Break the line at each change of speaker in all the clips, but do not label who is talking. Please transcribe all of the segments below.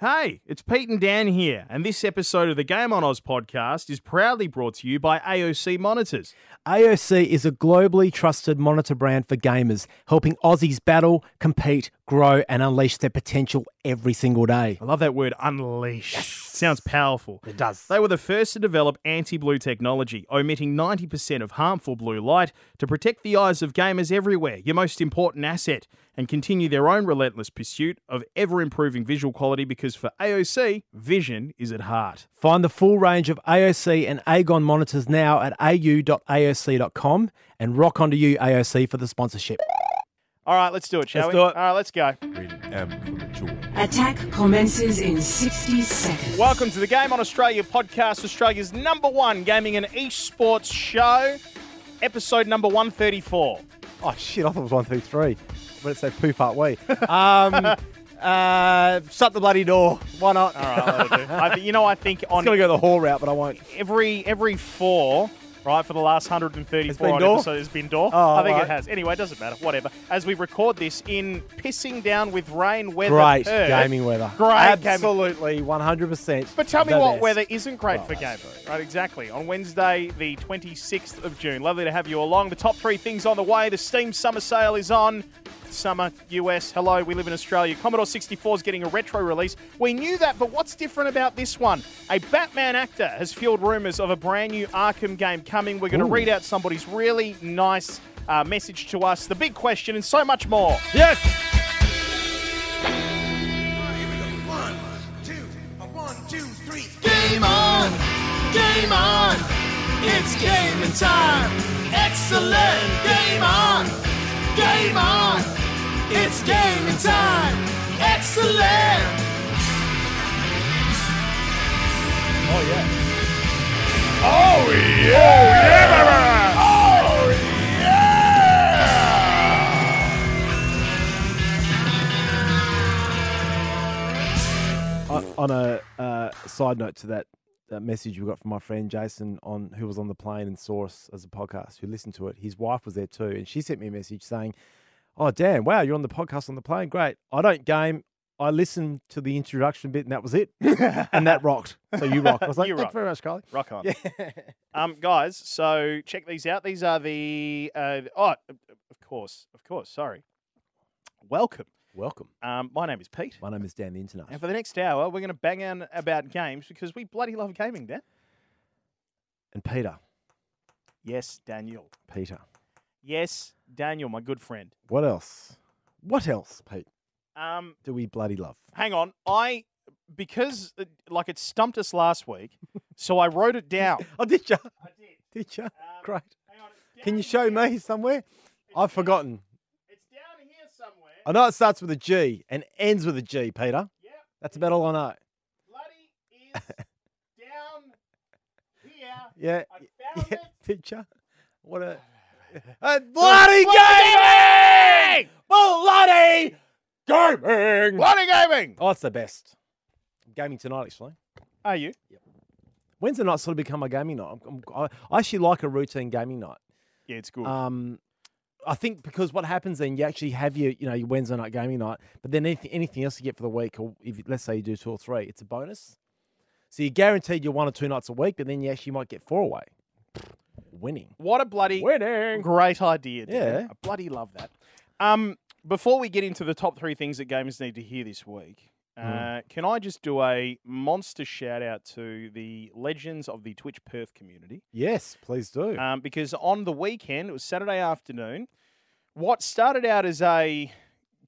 Hey, it's Pete and Dan here, and this episode of the Game on Oz podcast is proudly brought to you by AOC Monitors.
AOC is a globally trusted monitor brand for gamers, helping Aussies battle, compete, grow, and unleash their potential every single day.
I love that word, unleash. Sounds powerful.
It does.
They were the first to develop anti blue technology, omitting 90% of harmful blue light to protect the eyes of gamers everywhere, your most important asset, and continue their own relentless pursuit of ever improving visual quality because for AOC, vision is at heart.
Find the full range of AOC and Aegon monitors now at au.aoc.com and rock onto you, AOC, for the sponsorship.
All right, let's do it, shall
Let's
we?
do it.
All right, let's go.
Attack commences in 60 seconds.
Welcome to the Game on Australia podcast, Australia's number one gaming and esports show, episode number 134.
Oh, shit, I thought it was 133. But it's a poof out way. Um, uh, shut the bloody door. Why not?
All right, that'll do. I, th- you know, I think on
go the whore route, but I won't.
every every four, right, for the last 134
been
on
door?
episodes, has been door.
Oh,
I think
alright.
it has. Anyway, it doesn't matter. Whatever. As we record this in pissing down with rain weather.
Great
Perth,
gaming weather.
Great gaming.
Absolutely, 100%.
But tell me
The
what
best.
weather isn't great
Well,
for gaming.
that's
Right, exactly. On Wednesday, the 26th of June. Lovely to have you along. The top three things on the way. The Steam Summer Sale is on. Summer US. Hello, we live in Australia. Commodore 64 is getting a retro release. We knew that, but what's different about this one? A Batman actor has fueled rumours of a brand new Arkham game coming. We're going to
Ooh.
read out somebody's really nice uh, message to us, the big question, and so much more.
Yes!
Here we go. One, two, a one, two, three.
Game on! Game on! It's game time! Excellent! Game on! Game on! It's game time! Excellent!
on, on a uh, side note to that, that message we got from my friend Jason on who was on the plane and saw us as a podcast, who listened to it. His wife was there too, and she sent me a message saying, "Oh, Dan, wow, you're on the podcast on the plane. Great. I don't game. I listened to the introduction bit, and that was it. and that rocked. So you rock. I was like,
You
thank
rock.
you very much, Carly.
Rock on.
Yeah.
Um, guys, so check these out. These are the uh, oh, of course, of course. Sorry. Welcome.
Welcome.
Um, my name is Pete,
My name is Dan the Internet.
and for the next hour, we're going to bang on about games because we bloody love gaming, Dan.
And Peter,
Yes, Daniel.
Peter.
Yes, Daniel, my good friend.
What else? What else, Pete?
Um,
Do we bloody love?
hang on, I because uh, like it stumped us last week, so I wrote it down.
Oh, did you?
I did.
Did you?
Um,
Great.
Hang on, it's
Can
down
you show
here.
me somewhere?
It's down-
I've forgotten.
It's down here somewhere.
I know it starts with a G and ends with a G, Peter.
Yep.
That's about all I know.
Bloody is down here.
Yeah.
I
yeah.
found it.
Teacher. What a, a bloody
Bloody
gaming! Bloody gaming!
Bloody gaming!
Oh, it's the best. I'm gaming tonight, actually.
Are you?
Wednesday night sort of become my gaming night. I'm, I'm, I I actually like a routine gaming night.
Yeah, it's good.
Um, I think because what happens then, you actually have your, you know, your Wednesday night gaming night, but then anything, anything else you get for the week, or if you- let's say you do two or three, it's a bonus. So you're guaranteed your one or two nights a week, but then you actually might get four away. Winning.
what a bloody
Winning.
great idea, Dan.
Yeah.
I bloody love that. Um, before we get into the top three things that gamers need to hear this week, uh, can I just do a monster shout out to the legends of the Twitch Perth community?
Yes, please do.
um, because on the weekend, it was Saturday afternoon, what started out as a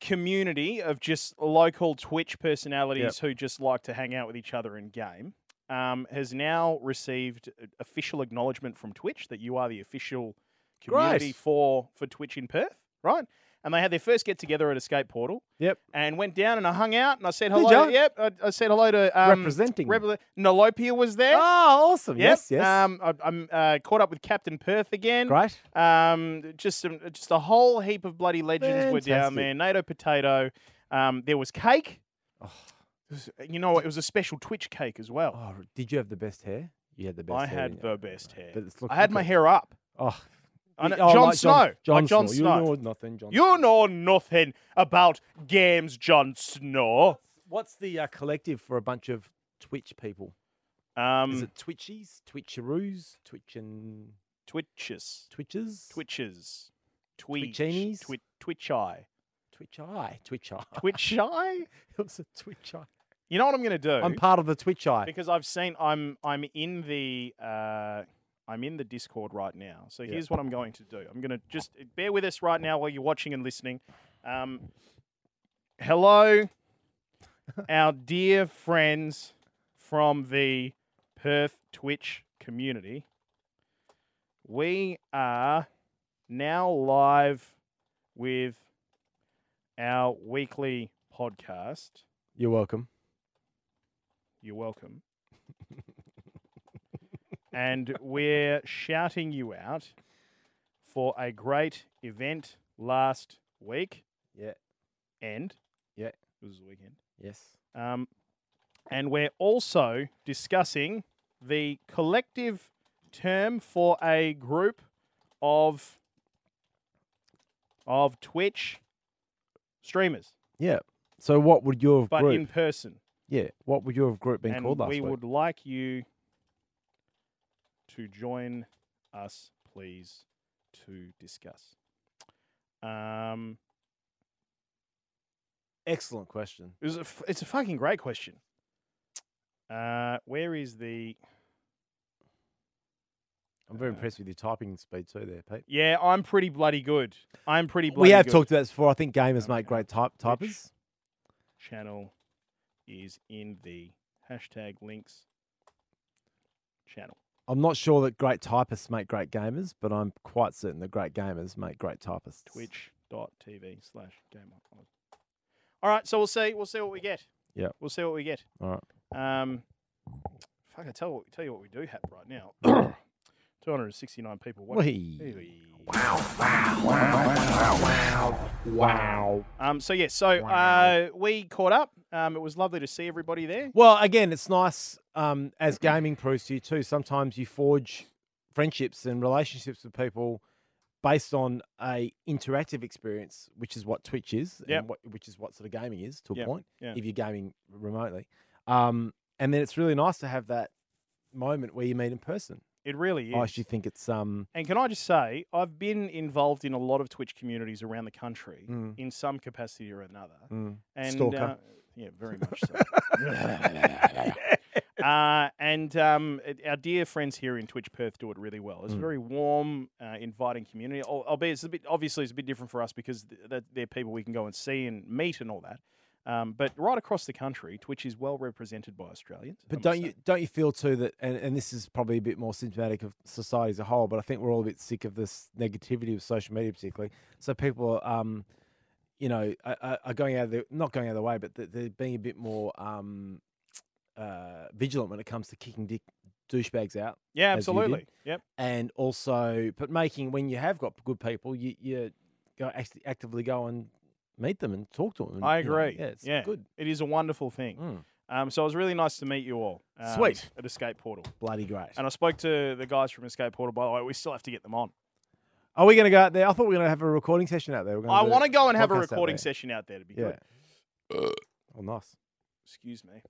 community of just local Twitch personalities who just like to hang out with each other and game um, has now received official acknowledgement from Twitch that you are the official community
Great.
for, for Twitch in Perth, right? And they had their first get together at Escape Portal
yep.
and went down and I hung out and I said
Did
hello.
ya?
Yep, I, I said hello to um,
Representing.
Repre- Nolopia was there.
Oh, awesome.
Yep.
Yes, yes.
Um, I, I'm uh, caught up with Captain Perth again.
Great.
Um, just some, just a whole heap of bloody legends were down
Fantastic.
there. NATO potato. Um, there was cake. It was- you know, what, it was a special Twitch cake as well.
Oh. Oh, did you have the best hair? You had the best
I
hair.
had
didn't you?
the best hair.
But it's look-
I had
look
my
at-
hair up.
Oh,
I know-
oh,
Jon
like
Snow.
Jon
like Jon Snow.
You know nothing, John
You know nothing about games, Jon Snow.
What's the uh, collective for a bunch of Twitch people? Is
Um,
it Twitchies, Twitcheroos, Twitch and
Twitches,
Twitches,
Twitches, Twitch,
Twitchinies?
Twitch, Twitch Eye,
Twitch Eye, Twitch Eye.
Twitch Eye.
it was a Twitch Eye.
You know what I'm going to do?
I'm part of the Twitch Eye.
because I've seen I'm I'm in the uh, I'm in the Discord right now. So here's what I'm going to do. I'm going to just bear with us right now while you're watching and listening. Um, hello, our dear friends from the Perth Twitch community. We are now live with our weekly podcast.
You're welcome.
You're welcome. and we're shouting you out for a great event last week.
Yeah.
And
Yeah.
it was the weekend.
Yes.
Um, and we're also discussing the collective term for a group of of Twitch streamers,
Yeah. So what would your
but
group?
in person.
yeah. What would your group been
and
called last
we
week?
would like you to join us, please, to discuss. Um,
Excellent question.
it was a f- it's a fucking great question. Uh, where is the?
I'm
Uh-huh.
very impressed with your typing speed too, there, Pete.
Yeah, I'm pretty bloody good. I'm pretty bloody.
We have
good.
talked about this before. I think gamers
Um,
make great type
Twitch.
typers.
Channel is in the hashtag links channel.
I'm not sure that great typists make great gamers, but I'm quite certain that great gamers make great typists.
twitch.tv slash game on. All right, so we'll see. We'll see what we get.
Yeah.
We'll see what we get.
All
right. Um, fuck, I tell, what- tell you what we do have right now. 269 people. watching.
Whee.
Um, so, yeah, so uh, we caught up. Um, it was lovely to see everybody there.
Well, again, it's nice um, as
Mm-hmm.
gaming proves to you too. Sometimes you forge friendships and relationships with people based on a interactive experience, which is what Twitch is, and
Yep.
what, which is what sort of gaming is to a
Yep,
point.
yeah.
If you're gaming remotely, um, and then it's really nice to have that moment where you meet in person.
It really is.
I actually think it's um,
And can I just say, I've been involved in a lot of Twitch communities around the country
Mm.
in some capacity or another. And,
Stalker.
uh, yeah, very much so. uh, and um, it- our dear friends here in Twitch Perth do it really well.
Mm.
It's a very warm, uh, inviting community. Al- Albeit, it's a bit obviously it's a bit different for us because th- that they're people we can go and see and meet and all that. Um, but right across the country, Twitch is well represented by Australians. I
But
must
don't
say.
you don't you feel too that and, and this is probably a bit more symptomatic of society as a whole, but I think we're all a bit sick of this negativity of social media particularly. So people are um you know, are- are, are going out of the not going out of the way, but they're, they're being a bit more um uh vigilant when it comes to kicking dick douchebags out
Yeah,
as you did.
absolutely. Yep.
and also but making when you have got good people, you you go act- actively go and meet them and talk to them. and,
I
you know,
agree.
yeah, it's
yeah,
good.
It is a wonderful thing.
Mm.
Um, so it was really nice to meet you all. um,
Sweet.
At Escape Portal.
Bloody great.
And I spoke to the guys from Escape Portal, by the way. We still have to get them on.
Are we going to go out there? I thought we were going to have a recording session out there. We're gonna
I
do
want to go and have a
podcast out
recording
there.
session out there to be
Yeah.
good. uh,
Oh, nice.
Excuse me.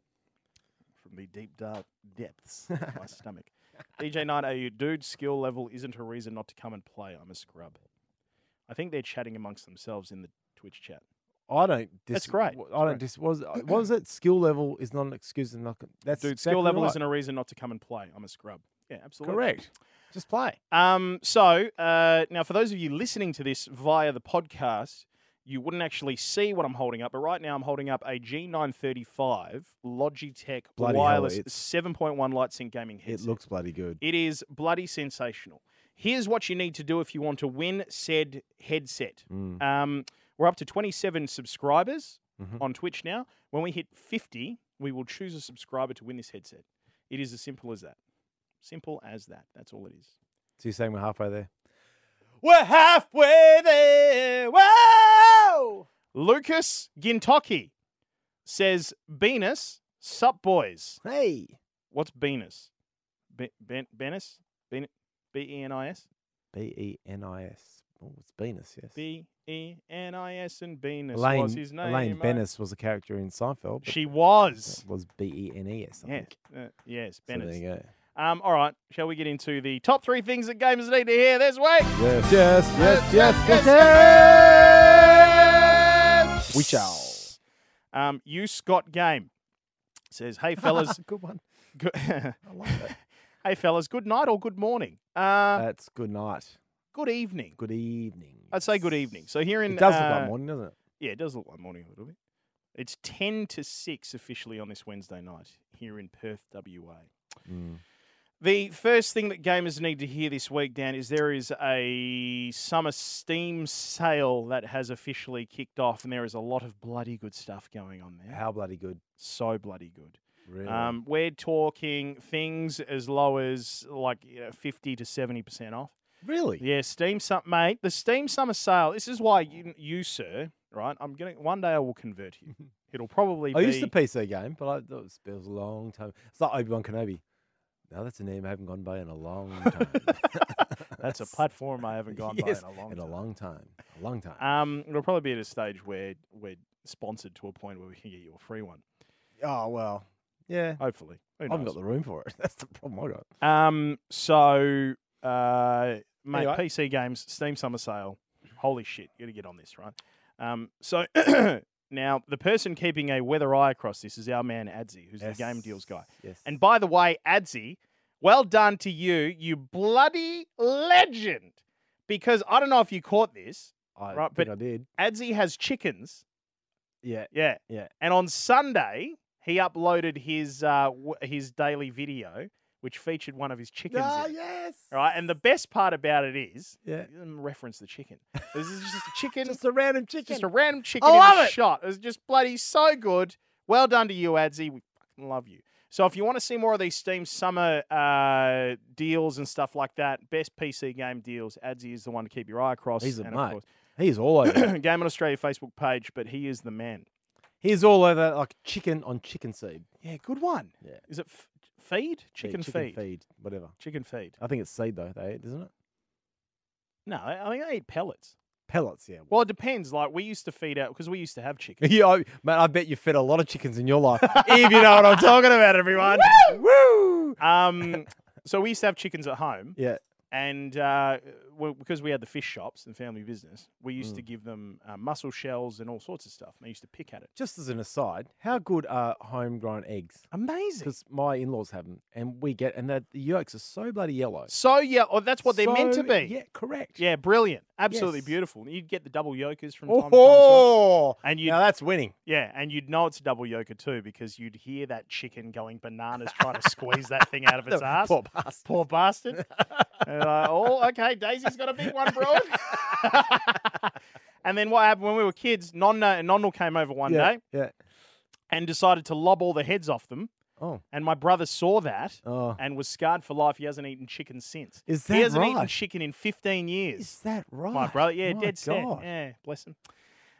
From the deep, dark depths of my stomach. DJ Knight AU, dude, skill level isn't a reason not to come and play. I'm a scrub. I think they're chatting amongst themselves in the Twitch chat.
I don't. Dis-
That's great.
w-
That's
I
great.
don't. Dis- was what was it? Skill level is not an excuse. And not con- that's
Dude,
exactly
skill level
right.
isn't a reason not to come and play. I'm a scrub. Yeah, absolutely.
correct. Just play.
Um, so uh, now, for those of you listening to this via the podcast, you wouldn't actually see what I'm holding up, but right now I'm holding up a G935 Logitech
Bloody hell,
wireless
it's-
7.1 LightSync gaming
It
headset.
looks bloody good.
It is bloody sensational. Here's what you need to do if you want to win said headset.
Mm.
Um, we're up to 27 subscribers
Mhm.
on Twitch now. When we hit 50, we will choose a subscriber to win this headset. It is as simple as that. Simple as that. That's all it is.
So you're saying we're halfway there? We're halfway there. Whoa!
Lucas Gintoki says, Venus, sup boys.
Hey.
What's Venus? E Be- ben- Benis? Ben- B-E-N-I-S?
B e n i s. Oh, it's Venus, yes.
B E N I S and Venus
Elaine,
was his name.
Elaine
eh?
Bennis was a character in Seinfeld. but
She was.
it was B E N E S.
Yes,
I think.
uh, yes,
So
Bennis.
there you go.
Um, all right, shall we get into the top three things that gamers need to hear? There's Wade.
Yes, yes, yes, yes, yes, yes. We shall.
Um, you Scott Game says, "Hey fellas,
Good one.
good,
I like that.
hey fellas, good night or good morning? Uh,
That's good night.
good evening.
Good evening.
I'd say good evening. So here in
It does look
uh,
like morning, doesn't it?
Yeah, it does look like morning a little bit. It's ten to six officially on this Wednesday night here in Perth, WA.
Mm.
The first thing that gamers need to hear this week, Dan, is there is a summer Steam sale that has officially kicked off, and there is a lot of bloody good stuff going on there.
How bloody good.
So bloody good.
Really.
Um, we're talking things as low as like you know, 50 to 70% off.
really?
Yeah, Steam Summer, mate. The Steam Summer Sale. This is why you, you sir, right? I'm gonna one day I will convert you. It'll probably
I
be
used the PC game, but I, that was, it was a long time. It's like Obi Wan Kenobi. Now that's a name I haven't gone by in a long time.
that's a platform I haven't gone
Yes,
by in a long
in
time.
a long time. A long time.
Um, it'll probably be at a stage where we're sponsored to a point where we can get you a free one.
oh well. Yeah.
Hopefully, Who
I haven't
knows?
got the room for it. That's the problem I got.
Um, so, uh, mate,
Anyway.
PC games, Steam Summer Sale. Holy shit, you got to get on this, right? Um, so now the person keeping a weather eye across this is our man Adzi, who's the game deals guy.
Yes.
And by the way, Adzi, well done to you, you bloody legend. Because I don't know if you caught this,
I
right,
think
but-
I did.
Adzi has chickens.
Yeah.
Yeah,
Yeah.
And on Sunday, he uploaded his uh, w- his daily video, which featured one of his chickens.
Ah,
in it,
yes.
Right, and the best part about it is,
Yeah.
he didn't reference the chicken. This is just a chicken, just,
Just a random chicken.
a random chicken in
love
a
it.
shot. It was just bloody so good. Well done to you, Adzi. We fucking love you. So if you want to see more of these Steam summer uh, deals and stuff like that, best PC game deals, Adzi is the one to keep your eye across.
He's a
and
mate.
of
He's all over. that.
course, Game on Australia Facebook page, but he is the man.
He's all over that, like chicken on chicken seed.
Yeah, good one.
Yeah.
Is it f- feed?
Yeah,
Chicken,
chicken Oh.
feed.
Whatever.
Chicken feed.
I think it's seed though. They eat, isn't it?
No, I I mean, I eat pellets.
Pellets. Yeah.
Well, it depends. Like, we used to feed out, because we used to have chicken.
Yeah, I- man, I bet you fed a lot of chickens in your life. if you know what I'm talking about, everyone. Woo!
um, so we used to have chickens at home.
Yeah.
And uh, we, because we had the fish shops and family business, we used to
Mm.
give them uh, mussel shells and all sorts of stuff. And they used to pick at it.
Just as an aside, how good are homegrown eggs?
Amazing.
Because my in-laws have them, and we get, and that the yolks are so bloody yellow.
So, yeah, oh, that's what they're meant to
So-
be.
Yeah, correct.
Yeah, brilliant. Absolutely
Yes.
beautiful. You'd get the double yolkers from time to time. as well.
Oh,
And you-
now that's winning.
Yeah, and you'd know it's a double yoker too because you'd hear that chicken going bananas trying to squeeze that thing out of its ass.
Poor bastard.
Poor bastard. and I, oh, okay, Daisy's got a big one, bro. and then what happened when we were kids? Nonna and Nonnal came over one
yeah,
day
Yeah.
and decided to lob all the heads off them.
Oh.
And my brother saw that
Oh.
and was scarred for life. He hasn't eaten chicken since.
Is
he
that
hasn't eaten
right?
chicken in 15 years.
Is that right?
My brother, yeah,
Oh, My
dead set.
God.
Yeah, bless him.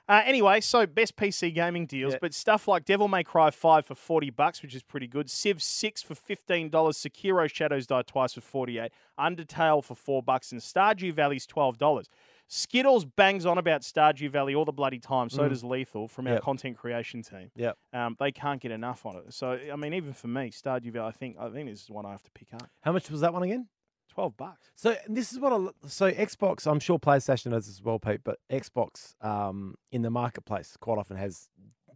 Uh, anyway, so best PC gaming deals,
Yeah.
but stuff like Devil May Cry 5 for 40 bucks, which is pretty good. Civ 6 for $15, Sekiro Shadows Die Twice for 48, Undertale for 4 bucks and Stardew Valley's $12. Skittles bangs on about Stardew Valley all the bloody time, so does Lethal from our
Mm. Yep.
content creation team.
Yep.
Um, they can't get enough on it. So I mean even for me, Stardew Valley I think I think this is one I have to pick up.
How much was that one again?
12 bucks.
So this is what I lo- so Xbox. I'm sure PlayStation does as well, Pete. But Xbox um, in the marketplace quite often has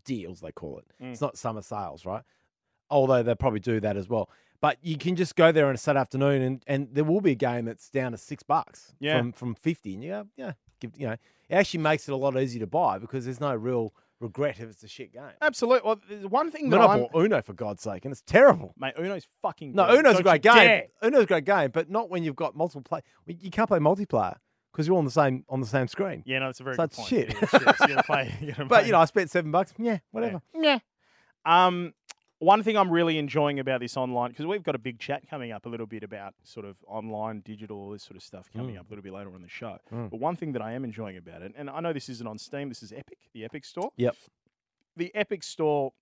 deals. They call it.
Mm.
It's not summer sales, right? Although they probably do that as well. But you can just go there on a Saturday afternoon, and, and there will be a game that's down to six bucks
Yeah.
from from fifty, and you go, yeah, give, you know, it actually makes it a lot easier to buy because there's no real regret if it's a shit game.
Absolutely. Well, the one thing that
Then I
I'm
bought Uno for God's sake, and it's terrible.
Mate, Uno's fucking
No,
brilliant.
Uno's a
Don't
great
you
game.
dare.
Uno's a great game, but not when you've got multiple play. well, You can't play multiplayer because you're all on the same on the same screen.
Yeah, no, that's a very
So
good
it's
point.
shit.
Yeah, it's shit. So you gotta play- you gotta
But
play.
you know, I spent seven bucks. Yeah, whatever.
um, one thing I'm really enjoying about this online because we've got a big chat coming up a little bit about sort of online, digital, all this sort of stuff coming
Mm.
up a little bit later on in the show. But one thing that I am enjoying about it, and I know this isn't on Steam, this is Epic, the Epic Store.
Yep.
The Epic Store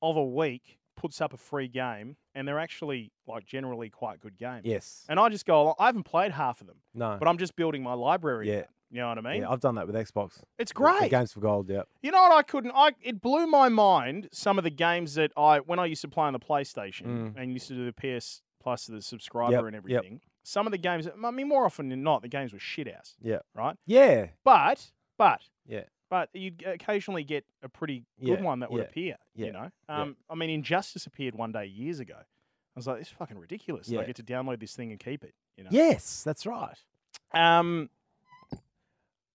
of a week puts up a free game, and they're actually like generally quite good games.
Yes.
And I just go along. I haven't played half of them,
No.
but I'm just building my library.
Uh. Yeah.
out, You know what I mean?
Yeah, I've done that with Xbox.
it's
The- the
great.
games for gold. Yeah.
You know what I couldn't I it blew my mind some of the games that I when I used to play on the PlayStation and used to do the PS Plus the subscriber
Mm. Yep,
and
yep.
everything. Some of the games I mean more often than not the games were shit ass,
Yeah.
right?
Yeah.
But but
Yeah.
but you'd g- occasionally get a pretty good
Yeah,
one that would
yeah,
appear,
yeah,
you know.
yeah.
Um I mean Injustice appeared one day years ago. I was like this is fucking ridiculous. that I
Yeah.
get to download this thing and keep it, you know.
Yes, that's right.
Um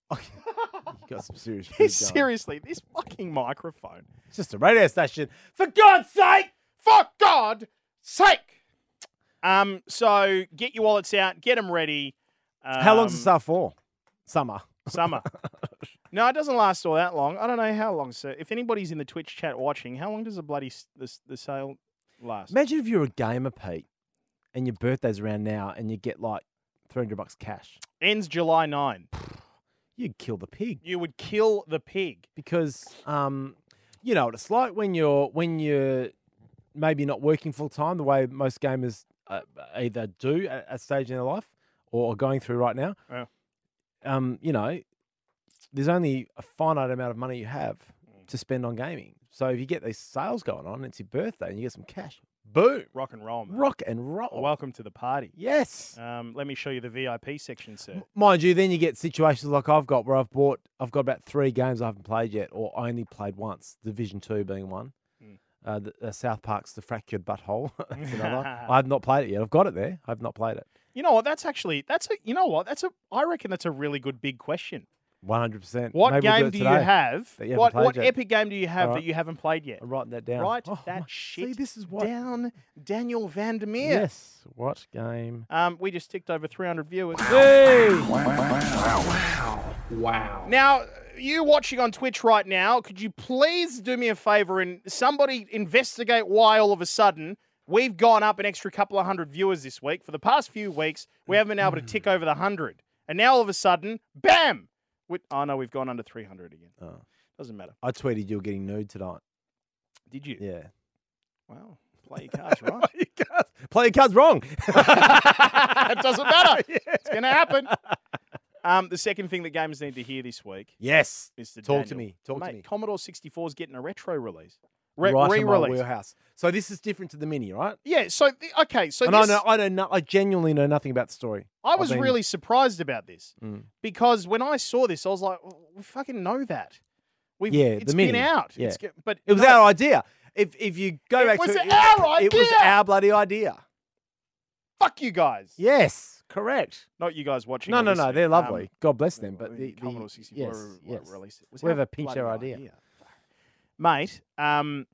You got some serious. food going.
seriously, this fucking microphone.
It's just a radio station. For God's sake.
for God's sake. Um, so get your wallets out, get them ready. Um,
How long's the stuff for? Summer.
Summer. no, it doesn't last all that long. I don't know how long. So if anybody's in the Twitch chat watching, how long does the bloody s- the, s- the sale last?
Imagine if you're a gamer, Pete, and your birthday's around now, and you get like 300 bucks cash.
Ends July 9.
You'd kill the pig.
You would kill the pig.
because um, you know it's like when you're when you're maybe not working full time the way most gamers uh, either do at a stage in their life or are going through right now.
Yeah.
Um, you know, there's only a finite amount of money you have to spend on gaming. So if you get these sales going on, it's your birthday and you get some cash. Boom,
Rock and roll, man.
rock and roll.
Welcome to the party.
yes.
Um, let me show you the VIP section, sir.
Mind you, then you get situations like I've got where I've bought, I've got about three games I haven't played yet, or only played once. Division Two being one.
Hmm.
Uh, the, uh, South Park's The Fractured Butthole. That's another. I have not played it yet. I've got it there. I've not played it.
You know what? That's actually that's a you know what? That's a I reckon that's a really good big question.
One hundred percent.
What game do, you have?
that you haven't
what
played
what
yet?
epic game do you have that
Alright.
you haven't played yet?
I'm writing that down.
Write
Oh,
that
my-
shit
See, this is what.
down, Daniel Vandermeer.
Yes. What game?
Um, we just ticked over 300 viewers. Now, you watching on Twitch right now, could you please do me a favor and somebody investigate why all of a sudden we've gone up an extra couple of hundred viewers this week? For the past few weeks, we haven't been able to tick over the 100. And now all of a sudden, bam! We, oh no, we've gone under 300 again.
Oh.
Doesn't matter.
I tweeted you were getting nude tonight.
Did you?
Yeah.
Wow. Play your cards right.
Play your cards- Play your cards wrong.
it doesn't matter. It's going to happen. Um, the second thing that gamers need to hear this week
yes.
is the
Talk to
Daniel.
me. Talk to
Mate,
me.
Commodore 64 is getting a retro release. Re-
right in my
re-release.
wheelhouse. So this is different to the mini, right?
Yeah, so the, okay, so
and
this,
I know, I know, no, I genuinely know nothing about the story.
I
I've
was
been-
really surprised about this
Mm.
because when I saw this, I was like, "Well, we fucking know that. We've,
Yeah,
it's
the
been
mini.
out.
Yeah.
It's go- but
It was
no,
our idea. If if you go
It
back
was
to it,
our
it was
idea!
our bloody idea.
Fuck you guys.
Yes, correct.
Not you guys watching.
No,
or
no, no,
listening.
they're
Um,
lovely. God bless them.
I
But
mean,
the, the
Commodore 64
yes,
re-
yes.
released it. Was
Whoever
our
pinched
bloody
our idea.
Fuck. Mate, um,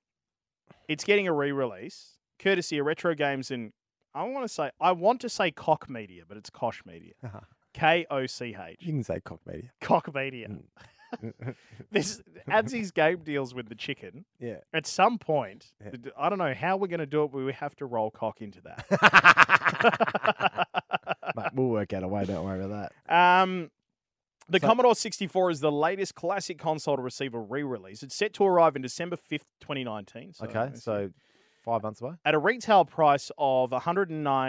it's getting a re-release, courtesy of Retro Games and I want to say I want to say Cock Media, but it's Kosh Media. K O C H.
you can say cock media.
Cock Media.
Mm.
this Abzi's game deals with the chicken.
Yeah.
At some point,
Yeah.
the d- I don't know how we're going to do it, but we have to roll cock into that.
Mate, we'll work out a way. Don't worry about
Um, the
So-
Commodore 64 is the latest classic console to receive a re-release. It's set to arrive in December 5th, 2019. So
that. Okay, so five months away.
at a retail price of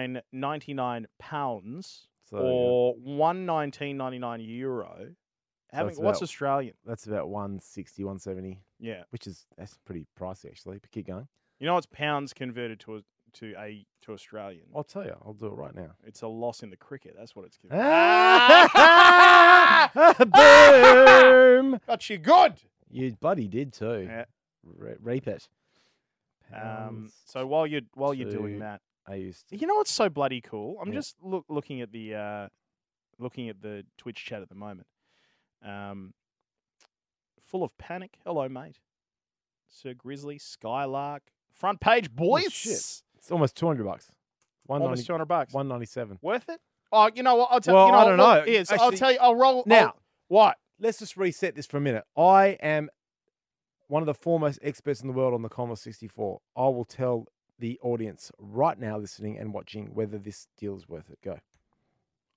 109.99 pounds
So
or 119.99 euro. Having
it's
what's
about-
Australian?
that's about 160, 170,
Yeah,
which is that's pretty pricey actually. But keep going.
you know it's pounds converted to a, to a to Australian.
I'll tell you. I'll do it right now.
It's a loss in the cricket. That's what it's giving.
Ah! Boom!
Got you good.
You bloody did too.
Yeah.
Re- reap it.
Um,
Pounds
so while you're while you're doing
to-
that.
I used to-
You know what's so bloody cool? I'm
Yeah.
just look, looking at the uh, looking at the Twitch chat at the moment. Um, full of panic. Hello, mate. Sir Grizzly, Skylark, front page boys.
Oh, shit. It's almost two hundred bucks. One
Almost
ninety
two hundred bucks.
one ninety seven.
Worth it? Oh, you know what? I'll tell
Well,
you. Know,
I don't
what?
know.
Here, so I'll
Actually-
tell you. I'll roll I'll-
Now-
what?
Let's just reset this for a minute. I am one of the foremost experts in the world on the Commodore sixty four. I will tell the audience right now, listening and watching, whether this deal is worth it. Go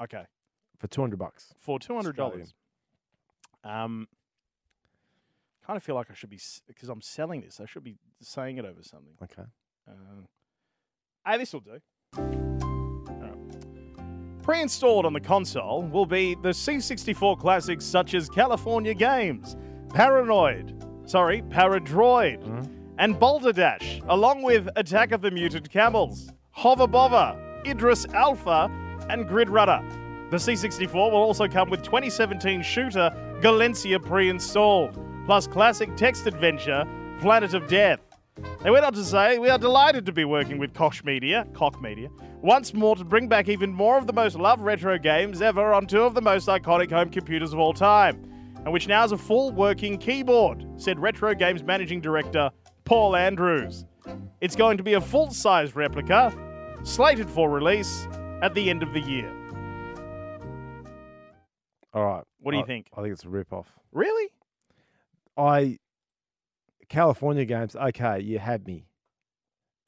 Okay,
for two hundred bucks.
for two hundred
Australian.
dollars. Um, kind of feel like I should be because I'm selling this. I should be saying it over something.
Okay.
Uh, hey, this will do. All right. Pre installed on the console will be the C64 classics such as California Games, Paranoid, sorry, Paradroid, and Boulder Dash, along with Attack of the Mutant Camels, Hover Bother, Idris Alpha, and Grid Rudder. The C64 will also come with 2017 shooter Galencia pre installed, plus classic text adventure Planet of Death. They went on to say, We are delighted to be working with Koch Media, Koch Media, once more to bring back even more of the most loved retro games ever on two of the most iconic home computers of all time, and which now has a full working keyboard, said Retro Games Managing Director Paul Andrews. It's going to be a full size replica, slated for release at the end of the year.
All right.
What do you
I-
think?
I think it's a rip off.
Really?
I California games, okay, you had me.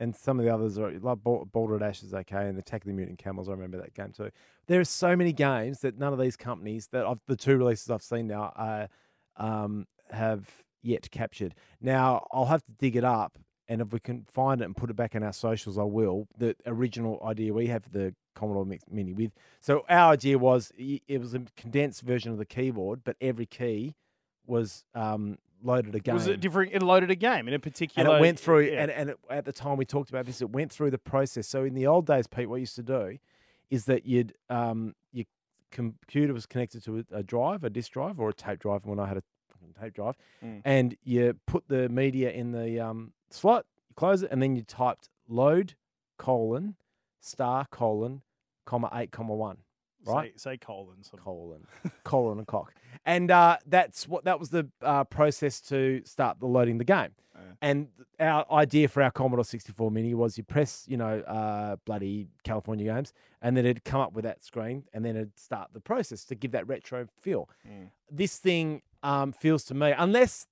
And some of the others are like Bal- Boulder Dash is okay, and Attack of the Mutant Camels. I remember that game too. There are so many games that none of these companies that I've, the two releases I've seen now uh, um, have yet captured. Now I'll have to dig it up, and if we can find it and put it back in our socials, I will. The original idea we have for the Commodore Mix Mini with. So our idea was y- it was a condensed version of the keyboard, but every key was um, loaded a game.
Was it different? It loaded a game in a particular.
and it went through,
yeah.
and, and it, at the time we talked about this, it went through the process. So in the old days, Pete, what you used to do is that you'd um, your computer was connected to a, a drive, a disk drive, or a tape drive. When I had a fucking tape drive,
Mm.
and you put the media in the um, slot, you close it, and then you typed load colon star colon comma eight comma one. Right,
Say, say colon. Something.
colon, colon and cock, and uh, that's what that was the uh, process to start the loading the game. And our idea for our Commodore 64 Mini was you press, you know, uh, bloody California games, and then it'd come up with that screen, and then it'd start the process to give that retro feel.
Mm.
This thing um, feels to me, unless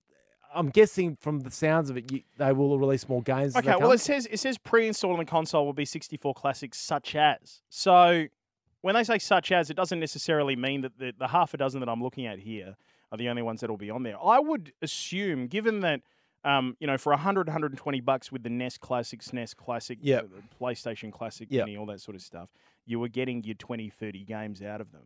I'm guessing from the sounds of it, you, they will release more games. as they
Okay, well
come.
it says it says pre-installed on the console will be 64 classics such as. So when they say such as, it doesn't necessarily mean that the, the half a dozen that I'm looking at here are the only ones that'll be on there. I would assume, given that um, you know, for 100, 120 bucks with the E NES Classic, SNES Classic,
Yep.
uh, PlayStation Classic,
Yep.
Mini, all that sort of stuff, you were getting your 20, 30 games out of them.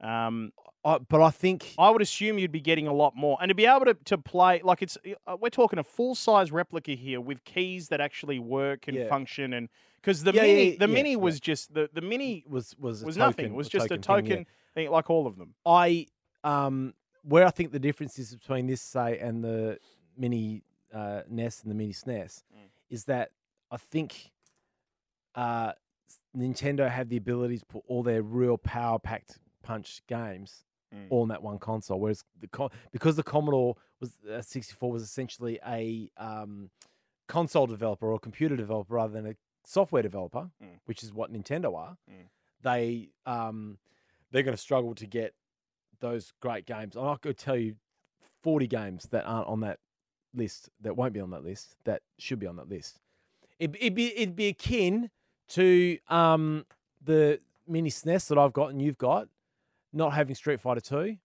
Um,
I, but I think
I would assume you'd be getting a lot more. And to be able to, to play, like it's, uh, we're talking a full size replica here with keys that actually work and
Yeah.
function. And because the
Yeah, yeah,
mini,
yeah,
the
yeah,
mini
yeah.
was just, the, the mini
was was a
was
token,
nothing. It was just a
thing, yeah.
token thing, like all of them.
I um where I think the difference is between this say and the mini uh, NES and the mini SNES
Mm.
is that I think uh, s- Nintendo have the ability to put all their real power packed punch games
Mm.
all in that one console, whereas the co- because the Commodore was uh, 64 was essentially a um, console developer or a computer developer rather than a software developer,
Mm.
which is what Nintendo are.
Mm.
They um, they're going to struggle to get those great games. And I could tell you 40 games that aren't on that list, that won't be on that list, that should be on that list. It, it'd, be, it'd be akin to um, the mini SNES that I've got and you've got, not having Street Fighter 2.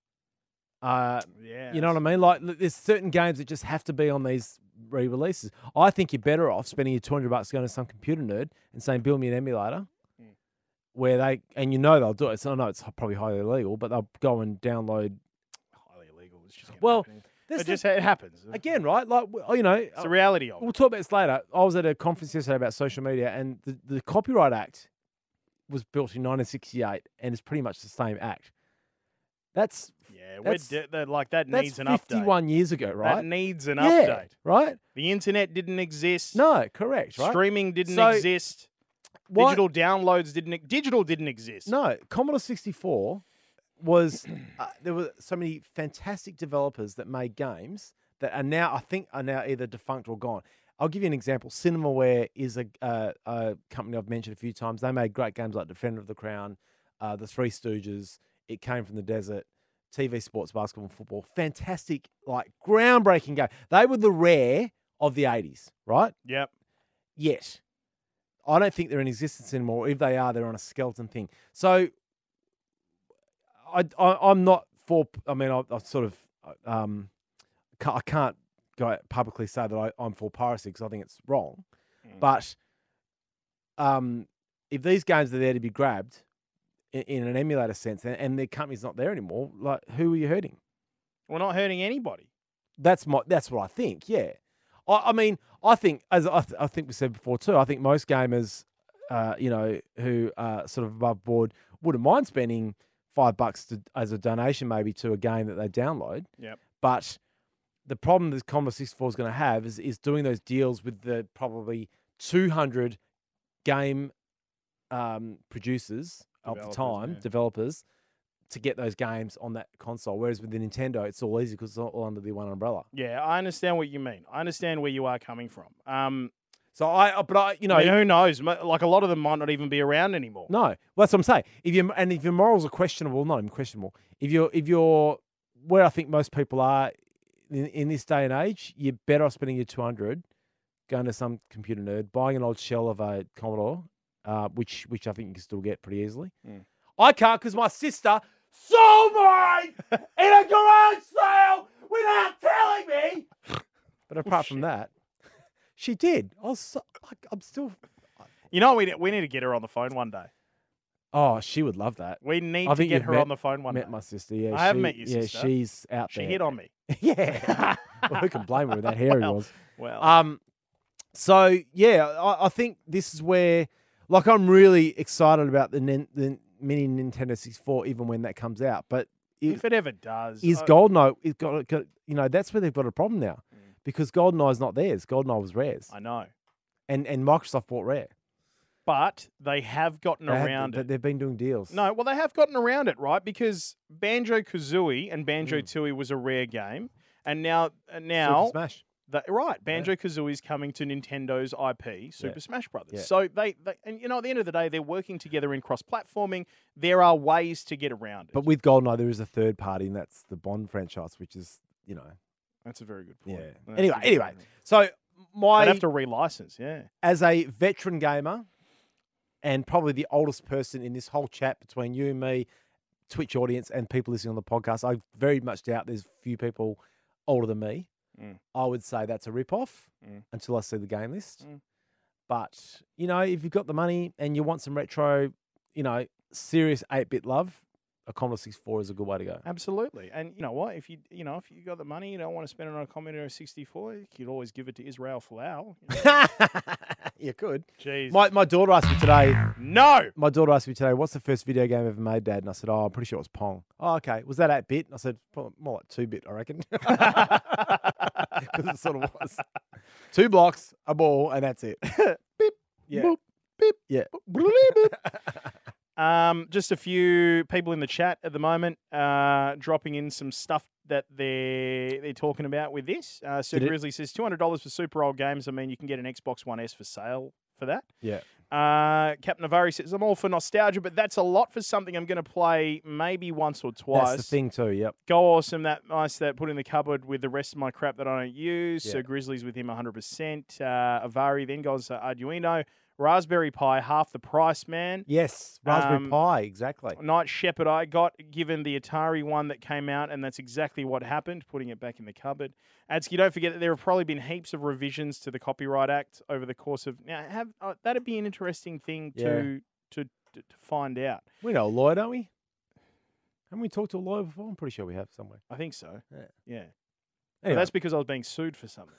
Uh,
Yeah.
you know what I mean? Like, th- there's certain games that just have to be on these re-releases. I think you're better off spending your 200 bucks going to some computer nerd and saying, "Build me an emulator,"
Mm.
where they and you know they'll do it. So I know it's h- probably highly illegal, but they'll go and download.
Highly illegal. It's just gonna
Well,
happen.
this
it just it happens.
again, right? Like, w- oh, you know,
it's
uh,
the reality of
we'll
it.
talk about this later. I was at a conference yesterday about social media, and the, the Copyright Act was built in 1968, and it's pretty much the same act. That's
Yeah, we're
that's-
de- that- like that
that's
needs an update.
51 years ago,
That
right?
needs an
yeah,
update.
right?
The internet didn't exist.
No, correct, right?
Streaming didn't
So,
exist.
Why-
Digital downloads didn't. e- Digital didn't exist.
No, Commodore 64 was uh, there were so many fantastic developers that made games that are now I think are now either defunct or gone. I'll give you an example. Cinemaware is a, uh, a company I've mentioned a few times. They made great games like Defender of the Crown, uh, The Three Stooges, It Came from the Desert, TV sports, basketball, and football. Fantastic, like groundbreaking game. They were the rare of the 80s, right?
Yep.
yet. I don't think they're in existence anymore. If they are, they're on a skeleton thing. So I, I, I'm not for. I mean, I, I sort of um, ca- I can't go out publicly say that I, I'm for piracy because I think it's wrong. But um, if these games are there to be grabbed, in, in an emulator sense, and, and their company's not there anymore, like who are you hurting?
We're not hurting anybody.
That's my. That's what I think. Yeah, I, I mean, I think as I, th- I think we said before too. I think most gamers, uh, you know, who are sort of above board, wouldn't mind spending five bucks to, as a donation maybe to a game that they download.
Yep.
But the problem that Commodore 64 is going to have is is doing those deals with the probably 200 game um, producers of the
Developers,
time,
yeah.
developers, to get those games on that console. Whereas with the Nintendo, it's all easy because it's all under the one umbrella.
Yeah, I understand what you mean. I understand where you are coming from. Um,
So I, uh, but I, you know,
I mean, who knows? Mo- Like a lot of them might not even be around anymore.
no, well, that's what I'm saying. If you and if your morals are questionable, not even questionable. If you're, if you're where I think most people are in, in this day and age, you're better off spending your 200 going to some computer nerd, buying an old shell of a Commodore, uh, which which I think you can still get pretty easily. I can't because my sister sold mine in a garage sale without telling me. But apart from that, she did. I was so, like, I'm still.
You know, we, ne- we need to get her on the phone one day.
Oh, she would love that.
We need
I
to
think
get
you've
her
met-
on the phone one
met
day.
my sister. Yeah,
I have
she-
met your
yeah,
sister.
she's out
she
there.
hit on me.
Yeah. well, who can blame her with that hair he was?
Well,
Um, so yeah, I, I think this is where, like, I'm really excited about the, nin, the mini Nintendo 64, even when that comes out. But
if uh, it ever does, oh,
is
I-
Goldeneye, it got, got, you know, that's where they've got a problem now, because Goldeneye's not theirs. Goldeneye was Rare's,
Mm. I know,
and and Microsoft bought Rare.
but they have gotten
They had-
around
they-
it.
They've been doing deals.
No, well, they have gotten around it, right? Because Banjo Kazooie
Mm.
and Banjo Tooie was a rare game, and now and
Super
now
Smash.
That, right, Banjo Kazooie is coming to Nintendo's IP, Super
Yeah.
Smash Brothers.
Yeah.
So they, they, and you know, at the end of the day, they're working together in cross-platforming. There are ways to get around it.
But with Goldeneye, there is a third party, and that's the Bond franchise, which is you know.
that's a very good
Yeah.
point. That's a
anyway,
good
anyway.
point.
So my
They'd have to relicense. Yeah,
as a veteran gamer, and probably the oldest person in this whole chat between you and me, Twitch audience, and people listening on the podcast, I very much doubt there's few people older than me.
Mm.
I would say that's a rip off
Mm.
until I see the game list.
Mm.
But you know, if you've got the money and you want some retro, you know, serious eight bit love, a Commodore 64 is a good way to go.
absolutely. And you know what? If you, you know, if you got the money, you don't want to spend it on a Commodore 64, you could always give it to Israel Folau.
you could.
Jeez,
My, my daughter asked me today.
no.
my daughter asked me today, "What's the first video game ever made, Dad?" And I said, "Oh, I'm pretty sure it was Pong." Oh, okay. Was that eight bit? And I said, "Probably more like two bit, I reckon." Because it sort of was. two blocks, a ball, and that's it. beep, yeah,
Boop,
beep, yeah.
Um, just a few people in the chat at the moment uh, dropping in some stuff that they're they're talking about with this. Uh, Sir
Did it-
Grizzly says two hundred dollars for super old games. I mean, you can get an Xbox One S for sale for that.
Yeah.
Uh, Cap Navari says I'm all for nostalgia, but that's a lot for something I'm going to play maybe once or twice.
That's the thing too. Yep.
Go awesome, that ice that put in the cupboard with the rest of my crap that I don't use. So
Yeah.
Grizzlies with him 100%. Uh, Avari then goes uh, Arduino. Raspberry Pi, half the price, man.
Yes, Raspberry
Um,
Pi, exactly.
Night Shepherd, I got given the Atari one that came out, and that's exactly what happened, putting it back in the cupboard. Adsky, don't forget that there have probably been heaps of revisions to the Copyright Act over the course of. Now, have uh, that'd be an interesting thing to, to to to find out.
We know a lawyer, don't we? Haven't we talked to a lawyer before? I'm pretty sure we have somewhere.
I think so.
Yeah.
yeah. But
Anyway,
that's because I was being sued for something.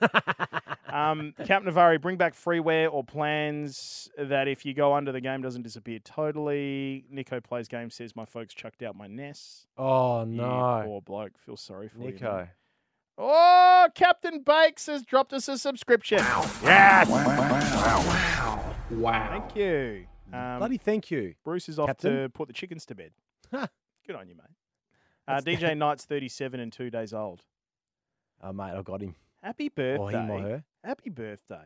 um, Cap Navari, bring back freeware or plans that if you go under, the game doesn't disappear totally. Nico plays game says my folks chucked out my NES.
oh
You
no,
poor bloke. Feel sorry for you, mate.
Nico.
Oh, Captain Bakes has dropped us a subscription. Yes. Wow. Thank you. Um,
Bloody thank you.
Bruce is off
Captain.
to put the chickens to bed.
Ha.
Good on you, mate. Uh, DJ Knight's 37 and two days old.
Oh mate, I got him.
Happy birthday.
Or him or her.
Happy birthday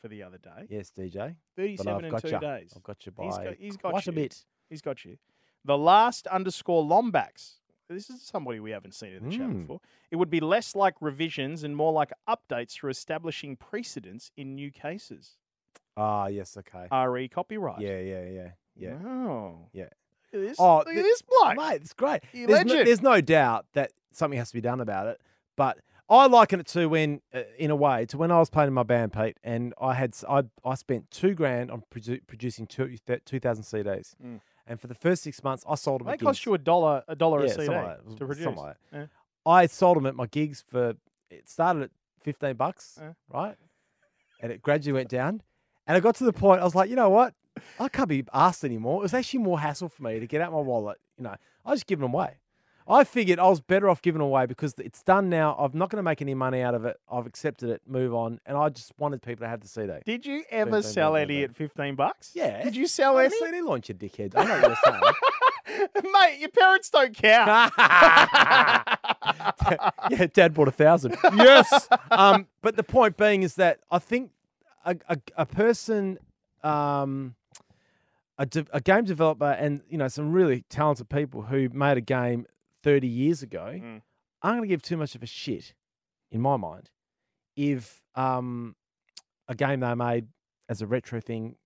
for the other day.
Yes, DJ. But
37
I've
and
got
two
you.
days.
I've got you by
He's got- he's got
quite
you.
a bit.
He's got you. The last underscore Lombax. This is somebody we haven't seen in the chat
Mm.
before. It would be less like revisions and more like updates for establishing precedents in new cases.
Ah, yes, okay.
RE copyright.
yeah, yeah, yeah, yeah.
Oh.
Yeah.
Look at this,
Oh,
look at
thi-
this bloke.
Mate, it's great.
You
There's no,
legend.
there's no doubt that something has to be done about it. But I liken it to when, uh, in a way, to when I was playing in my band, Pete, and I had s- I, I spent two grand on produ- producing two, th- 2,000 CDs.
Mm.
And for the first six months, I sold them.
They
at
cost
gigs.
you a dollar, a dollar
Yeah,
a CD
something like that.
to produce.
Something like
Yeah.
I sold them at my gigs for it started at fifteen bucks,
Yeah.
right? And it gradually went down. And I got to the point I was like, you know what? I can't be asked anymore. It was actually more hassle for me to get out my wallet. You know, I was just giving them away. I figured I was better off giving them away because it's done now. I'm not going to make any money out of it. I've accepted it. Move on. And I just wanted people to have the CD.
Did you ever
Fifteen
sell
bucks,
any
yeah.
at fifteen bucks?
Yeah.
Did you sell
I
any?
CD launch, you dickheads. I know what you're saying.
Mate, your parents don't care.
yeah, Dad bought a thousand. Yes. Um, but the point being is that I think a, a, a person, um, a, de- a game developer, and you know some really talented people who made a game thirty years ago,
Mm.
aren't going to give too much of a shit, in my mind, if um, a game they made as a retro thing,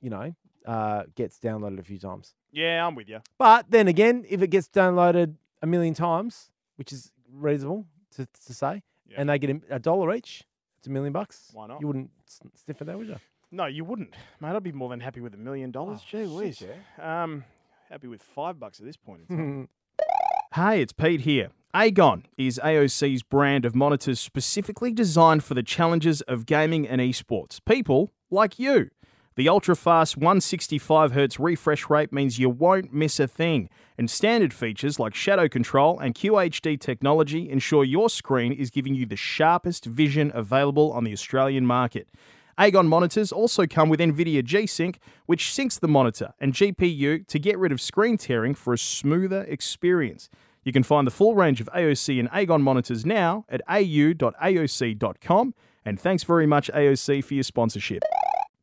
you know, uh, gets downloaded a few times.
yeah, I'm with you.
But then again, if it gets downloaded a million times, which is reasonable to, to say,
Yeah.
and they get a- a dollar each, it's a million bucks.
Why not?
You wouldn't s- sniff at that, would you?
No, you wouldn't, mate. I'd be more than happy with a million dollars. Gee whiz. Um, happy with five bucks at this point. in time. Hey, it's Pete here. Aegon is AOC's brand of monitors specifically designed for the challenges of gaming and esports. People like you. The ultra fast 165Hz refresh rate means you won't miss a thing, and standard features like shadow control and QHD technology ensure your screen is giving you the sharpest vision available on the Australian market. Aegon monitors also come with NVIDIA G Sync, which syncs the monitor and GPU to get rid of screen tearing for a smoother experience. You can find the full range of AOC and Aegon monitors now at au.aoc.com. And thanks very much, AOC, for your sponsorship.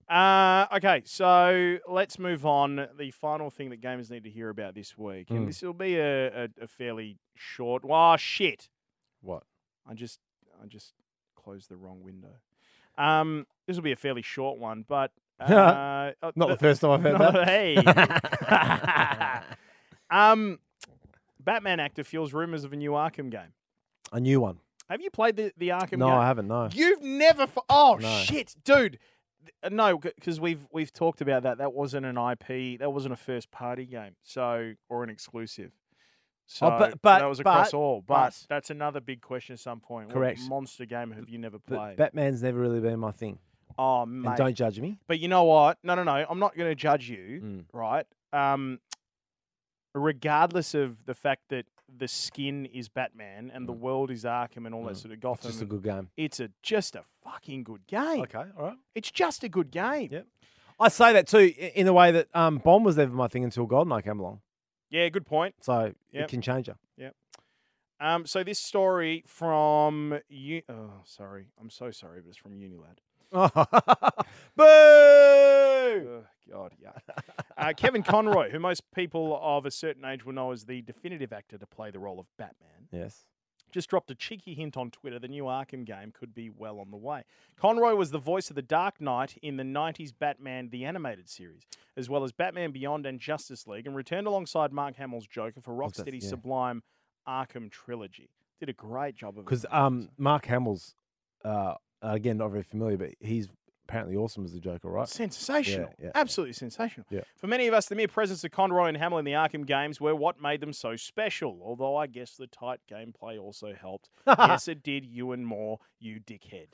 Uh, okay, so let's move on. The final thing that gamers need to hear about this week,
Hmm.
and this will be a, a, a fairly short. Oh shit!
What?
I just I just closed the wrong window. Um, this will be a fairly short one, but uh,
Not the first time I've heard
no,
that.
Hey. um, Batman actor fuels rumors of a new Arkham game.
A new one.
Have you played the, the Arkham
no,
game?
I haven't. No.
You've never. F- oh
No.
shit, dude. Th- uh, No, because we've we've talked about that. That wasn't an IP. That wasn't a first party game. So or an exclusive. So
Oh, but- but-
that was
but-
across all. But,
but-
that's another big question at some point. What
Correct.
monster game have you never
But
played?
Batman's never really been my thing.
oh
And
mate.
don't judge me.
But you know what? No, no, no. I'm not going to judge you,
Mm.
right? Um, regardless of the fact that the skin is Batman and the world is Arkham and all that
Mm.
sort of
It's
Gotham.
just a good game.
it's a just a fucking good game.
all right.
It's just a good game.
Yep. I say that too i- in the way that um, Bomb was never my thing until Goldeneye came along.
Yeah, good point.
So
Yep.
it can change you.
Um, so this story from you. Oh, sorry. I'm so sorry, but it's from Unilad.
Boo!
Oh, God, yeah. Uh, Kevin Conroy, who most people of a certain age will know as the definitive actor to play the role of Batman,
Yes.
just dropped a cheeky hint on Twitter the new Arkham game could be well on the way. Conroy was the voice of the Dark Knight in the 90s Batman the Animated series, as well as Batman Beyond and Justice League, and returned alongside Mark Hamill's Joker for
Was that-
Rocksteady's
yeah.
Sublime Arkham trilogy. Did a great job of it.
Because
mate.
um, Mark Hamill's, uh, again, not very familiar, but he's apparently awesome as the Joker, right?
Sensational.
yeah, yeah.
Absolutely sensational.
Yeah.
For many of us, the mere presence of Conroy and Hamill in the Arkham games were what made them so special, although I guess the tight gameplay also helped. yes, it did. You and more, you dickhead.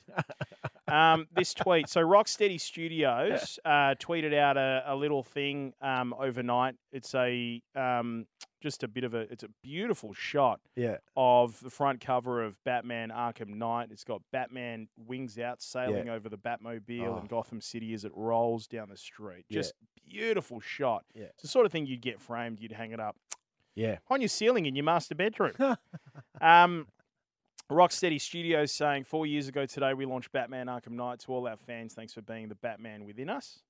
um, this tweet. So Rocksteady Studios uh, tweeted out a, a little thing um, overnight. It's a um, just a bit of a it's a beautiful shot
Yeah.
of the front cover of Batman Arkham Knight. It's got Batman wings out sailing over the Batmobile
Oh.
and Gotham City as it rolls down the street.
Yeah.
Just beautiful shot.
Yeah.
It's the sort of thing you'd get framed, you'd hang it up
Yeah.
on your ceiling in your master bedroom. um, Rocksteady Studios saying, four years ago today, we launched Batman Arkham Knight to all our fans. Thanks for being the Batman within us.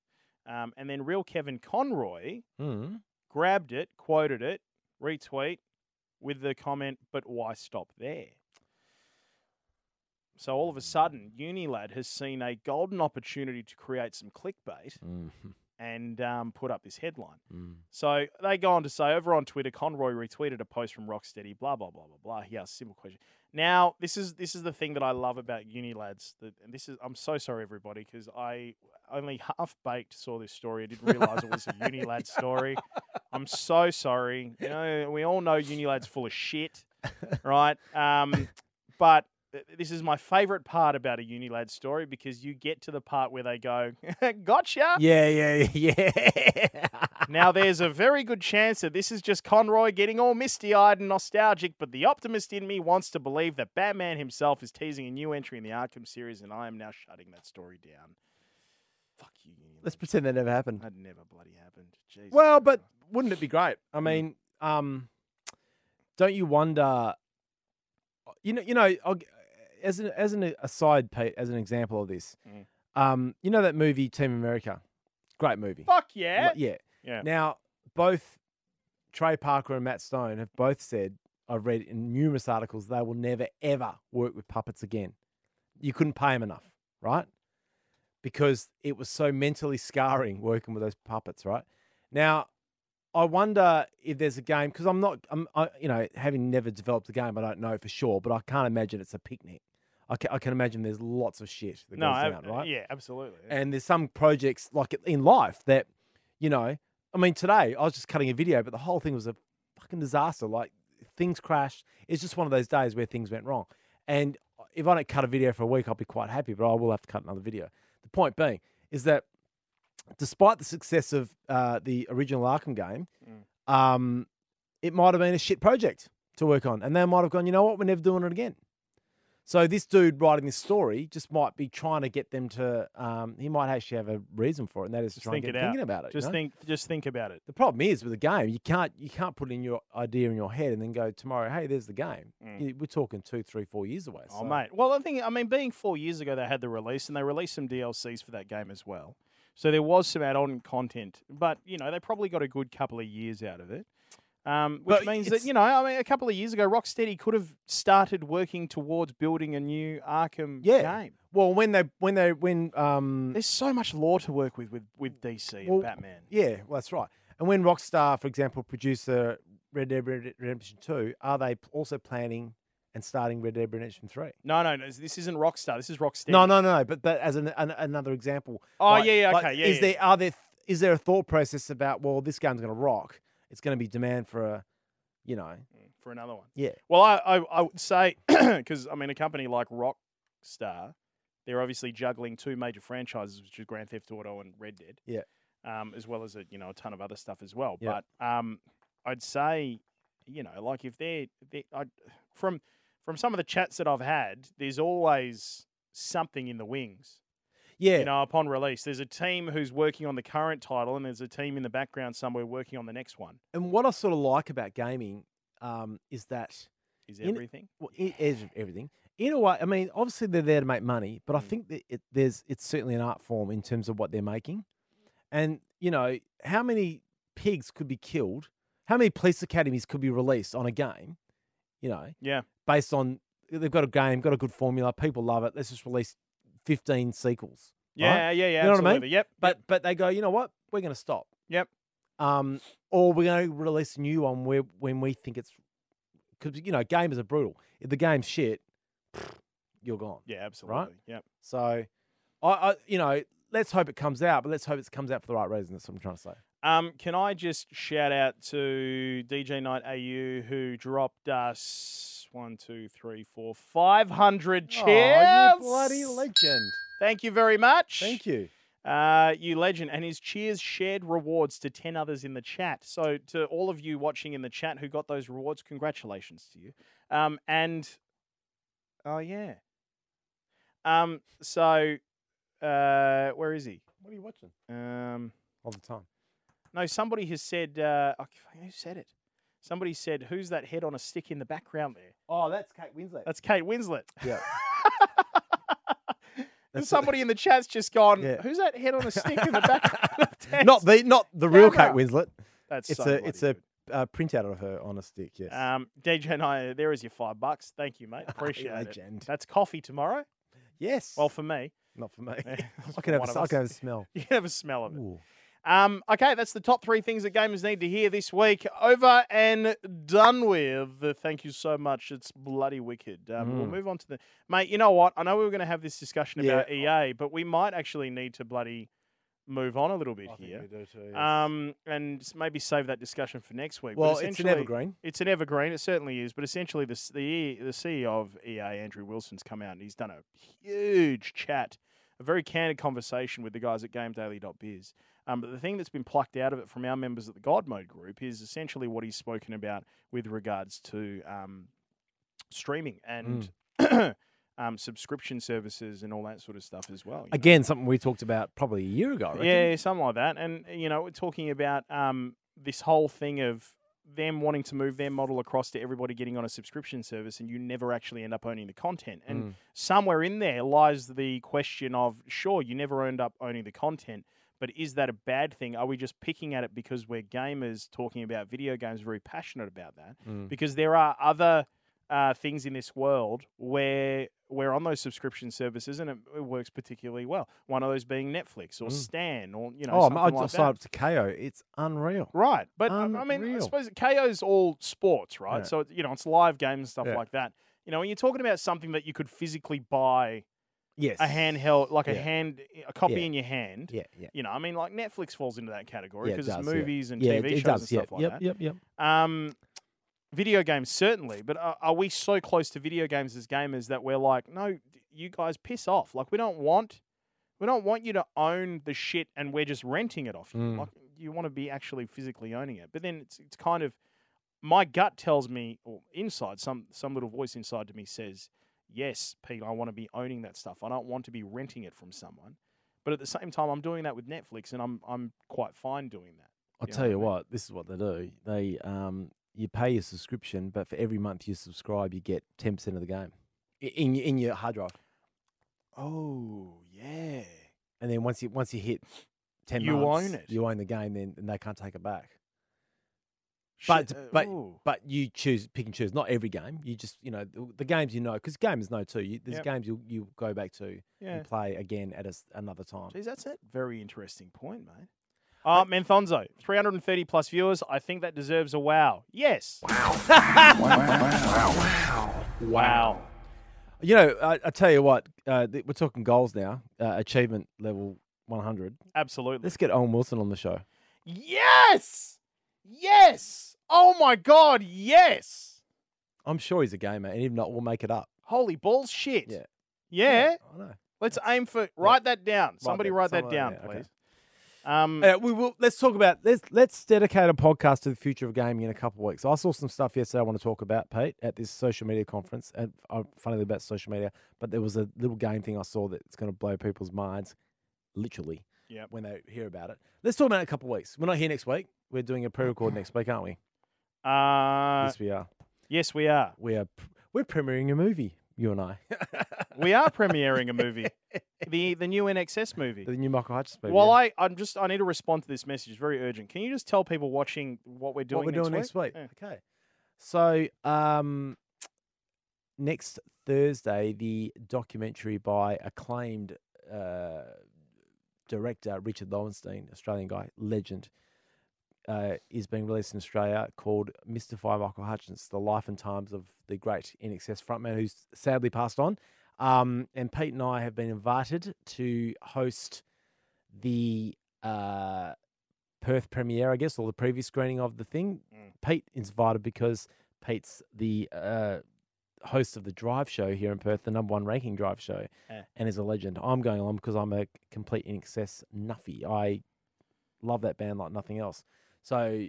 Um, and then real Kevin Conroy
Mm.
grabbed it, quoted it, retweet with the comment, but why stop there? So all of a sudden, Unilad has seen a golden opportunity to create some clickbait
Mm.
and um, put up this headline. So they go on to say over on Twitter, Conroy retweeted a post from Rocksteady. Blah blah blah blah blah. He asked a simple question. Now this is this is the thing that I love about uni lads. That and this is I'm so sorry everybody because I only half baked saw this story. I didn't realize it was a uni lad story. I'm so sorry. You know, we all know uni lads full of shit, right? Um, but th- this is my favorite part about a uni lad story because you get to the part where they go, "Gotcha."
Yeah, yeah, yeah.
Now, there's a very good chance that this is just Conroy getting all misty eyed and nostalgic, but the optimist in me wants to believe that Batman himself is teasing a new entry in the Arkham series, and I am now shutting that story down. Fuck you, Union.
Let's pretend that never happened.
That never bloody happened. Jesus
Well, but wouldn't it be great? I mean, um, don't you wonder? You know, you know, I'll, g- as an as an aside, Pete, as an example of this,
Mm.
um, you know that movie Team America, great movie.
Fuck
Lo-
yeah.
yeah.
Yeah.
Now, both Trey Parker and Matt Stone have both said, I've read in numerous articles, they will never, ever work with puppets again. You couldn't pay them enough, right? Because it was so mentally scarring working with those puppets, right? Now, I wonder if there's a game because I'm not, I'm, I, you know, having never developed a game, I don't know for sure, but I can't imagine it's a picnic. I can, I can imagine there's lots of shit that
no,
goes
I-
down, right?
yeah, absolutely.
And there's some projects like in life that, you know, I mean, today I was just cutting a video, but the whole thing was a fucking disaster. Like things crashed. It's just one of those days where things went wrong. And if I don't cut a video for a week, I'll be quite happy, but I will have to cut another video. The point being is that despite the success of uh, the original Arkham game, um, it might have been a shit project to work on. And they might have gone, you know what, we're never doing it again. So this dude writing this story just might be trying to get them to. Um, he might actually have a reason for it, and that is
just
trying
think
to get
it out.
them thinking about it. you
Just
know?
think, just think about it.
The problem is with a game, you can't you can't put in your idea in your head and then go tomorrow. Hey, there's the game. You- We're talking two, three, four years away.
Mm. Oh
so-
mate. Well, I think I mean being four years ago they had the release and they released some DLCs for that game as well. So there was some add-on content, but you know they probably got a good couple of years out of it. Um, which
But
means that
it's-
you know, I mean, a couple of years ago, Rocksteady could have started working towards building a new Arkham
yeah.
game.
Well, when they when they when um
There's so much lore to work with with, with DC
Well,
and Batman.
yeah, well that's right. And when Rockstar, for example, producer Red Dead Red- Redemption Two, are they p- also planning and starting Red Dead Redemption Three?
No, no, no. This isn't Rockstar. This is Rocksteady.
No, no, no. But that as an, an, another example.
Oh, yeah, yeah, okay, yeah,
Is
yeah.
there are there th- is there a thought process about well this game's going to rock? It's going to be demand for a, you know,
for another one.
yeah.
Well, I, I, I would say because I mean a company like Rockstar, they're obviously juggling two major franchises, which is Grand Theft Auto and Red Dead.
Yeah.
Um, as well as a, you know a ton of other stuff as well.
Yeah.
But um, I'd say you know like if they're, they I, from from some of the chats that I've had, there's always something in the wings
Yeah,
you know, upon release. There's a team who's working on the current title, and there's a team in the background somewhere working on the next one.
And what I sort of like about gaming um, is that
Is
In-
everything?
well, it is everything. In a way, I mean, obviously they're there to make money, but I
Mm.
think that it, there's it's certainly an art form in terms of what they're making. And you know, how many pigs could be killed? How many police academies could be released on a game? You know,
Yeah.
based on they've got a game, got a good formula, people love it. Let's just release 15 sequels.
Yeah,
right?
yeah, yeah.
You know what I mean?
absolutely. Yep.
But but they go, you know what? We're going to stop.
Yep.
Um, or we're going to release a new one where when we think it's because you know gamers are brutal. If the game's shit, you're gone.
Yeah, absolutely. Yep.
So, I, I you know let's hope it comes out, but let's hope it comes out for the right reason. That's what I'm trying to say.
Um, can I just shout out to DJ Knight AU who dropped us one, two, three, four, five hundred cheers.
Aw, you bloody legend!
Thank you very much.
Thank you.
Uh, you legend. And his cheers shared rewards to 10 others in the chat. So, to all of you watching in the chat who got those rewards, congratulations to you. Um, and, oh, yeah. Um, so, uh, where is he?
What are you watching
Um,
all the time?
no, somebody has said, uh, oh, who said it? Somebody said, who's that head on a stick in the background there?
Oh, that's Kate Winslet.
That's Kate Winslet.
yeah.
And
That's-
somebody in the chat's just gone,
Yeah.
who's that head on a stick in the background? of
Not
Tess?"
the not the real Kate
Camera.
Winslet.
That's
It's
so
a
bloody
it's a
good.
uh, printout of her on a stick. Yes.
Um, DJ and I, there is your five bucks. Thank you, mate. Appreciate it.
legend.
That's coffee tomorrow.
yes.
Well, for me,
not for me.
eh,
I
for
can have
one
a,
of
s- I can
us.
have a smell.
you can have a smell of it.
Ooh.
Um, okay, that's the top three things that gamers need to hear this week. Over and done with. Thank you so much. It's bloody wicked. Um,
Mm.
We'll move on to the mate. You know what? I know we were going to have this discussion about EA, but we might actually need to bloody move on a little bit here. Um, and s- maybe save that discussion for next week. But
Well, it's an
essentially-
evergreen.
It's an evergreen. It certainly is. But essentially, the s- the, E- the CEO of EA, Andrew Wilson's come out and he's done a huge chat, a very candid conversation with the guys at GameDaily.biz. Um, but the thing that's been plucked out of it from our members at the God Mode group is essentially what he's spoken about with regards to um, streaming and um, subscription services and all that sort of stuff as well. you know?
Again, something we talked about probably a year ago. I reckon.
Yeah, something like that. And you know, we're talking about um, this whole thing of them wanting to move their model across to everybody getting on a subscription service, and you never actually end up owning the content. And
Mm.
somewhere in there lies the question of, sure, you never end up owning the content. But is that a bad thing? Are we just picking at it because we're gamers talking about video games, very passionate about that?
Mm.
Because there are other uh, things in this world where we're on those subscription services and it, it works particularly well. One of those being Netflix or Stan or you know
Mm. Oh,
something
I, I
like that.
signed up to KO. It's unreal.
Right, but um, I mean, I
Unreal.
suppose KO's all sports, right?
Yeah.
So it's- you know it's live games and stuff
Yeah.
like that. You know, when you're talking about something that you could physically buy
Yes.
a handheld, like a
Yeah.
hand, a copy
Yeah.
in your hand.
Yeah, yeah.
You know, I mean, like Netflix falls into that category
Yeah, it
because
does,
it's
yeah.
movies and
Yeah,
TV
it- it
shows
does,
and
yeah.
stuff like
yep,
that.
Yep, yep,
Um, video games certainly, but are, are we so close to video games as gamers that we're like, no, d- you guys piss off. Like we don't want, we don't want you to own the shit, and we're just renting it off you.
Mm.
Like you want to be actually physically owning it. But then it's it's kind of my gut tells me, or inside some some little voice inside to me says, yes, Pete, I want to be owning that stuff. I don't want to be renting it from someone. But at the same time, I'm doing that with Netflix, and I'm I'm quite fine doing that.
I'll
You know
tell
what I
you
mean?
what, this is what they do. They um, you pay your subscription, but for every month you subscribe, you get ten percent of the game i- in your- in your hard drive.
Oh yeah.
And then once you once you hit ten,
You own
months,
it.
You own the game, then and they can't take it back. But
Shit, uh,
but
ooh.
but you choose pick and choose. Not every game. You just you know the, the games you know because gamers know too. You, there's
Yep.
games you you go back to
Yeah.
and play again at a s another time.
Geez, that's a very interesting point, mate. Uh, Menthonzo, 330 plus viewers. I think that deserves a wow. Yes. Wow. wow. Wow.
You know, I, I tell you what, uh, th- we're talking goals now. Uh, achievement level one hundred.
Absolutely.
Let's get Owen Wilson on the show.
Yes. Yes. Oh my God. Yes.
I'm sure he's a gamer, and if not, we'll make it up.
Holy bullshit.
Yeah.
Yeah.
I know.
Let's aim for. Write that down. Somebody
that-
write that
somewhere,
down,
yeah, okay.
please. Um,
Uh, we will. Let's talk about. Let's let's dedicate a podcast to the future of gaming in a couple of weeks. I saw some stuff yesterday I want to talk about, Pete, at this social media conference. And uh, funnily about social media, but there was a little game thing I saw that's going to blow people's minds, literally.
Yep.
When they hear about it, let's talk about it in a couple of weeks. We're not here next week. We're doing a pre-record next week, aren't we?
uh,
yes, we are.
yes, we are.
We are. pr- We're premiering a movie. You and I,
We are premiering a movie. the the new NXS movie.
the new Michael Hutchins movie.
Well,
yeah.
I, I'm just I need to respond to this message. It's very urgent. Can you just tell people watching what we're doing,
what we're doing
next
next
week?
week. Okay. So um, next Thursday, the documentary by acclaimed uh, director Richard Lowenstein, Australian guy, legend, uh, is being released in Australia called Mystify Michael Hutchins, The Life and Times of the Great NXS Frontman, who's sadly passed on. Um, and Pete and I have been invited to host the uh, Perth premiere, I guess, or the previous screening of the thing. Pete is invited because Pete's the uh, host of the Drive Show here in Perth, the number one ranking Drive Show,
Eh.
and is a legend. I'm going along because I'm a complete in excess nuffy. I love that band like nothing else. So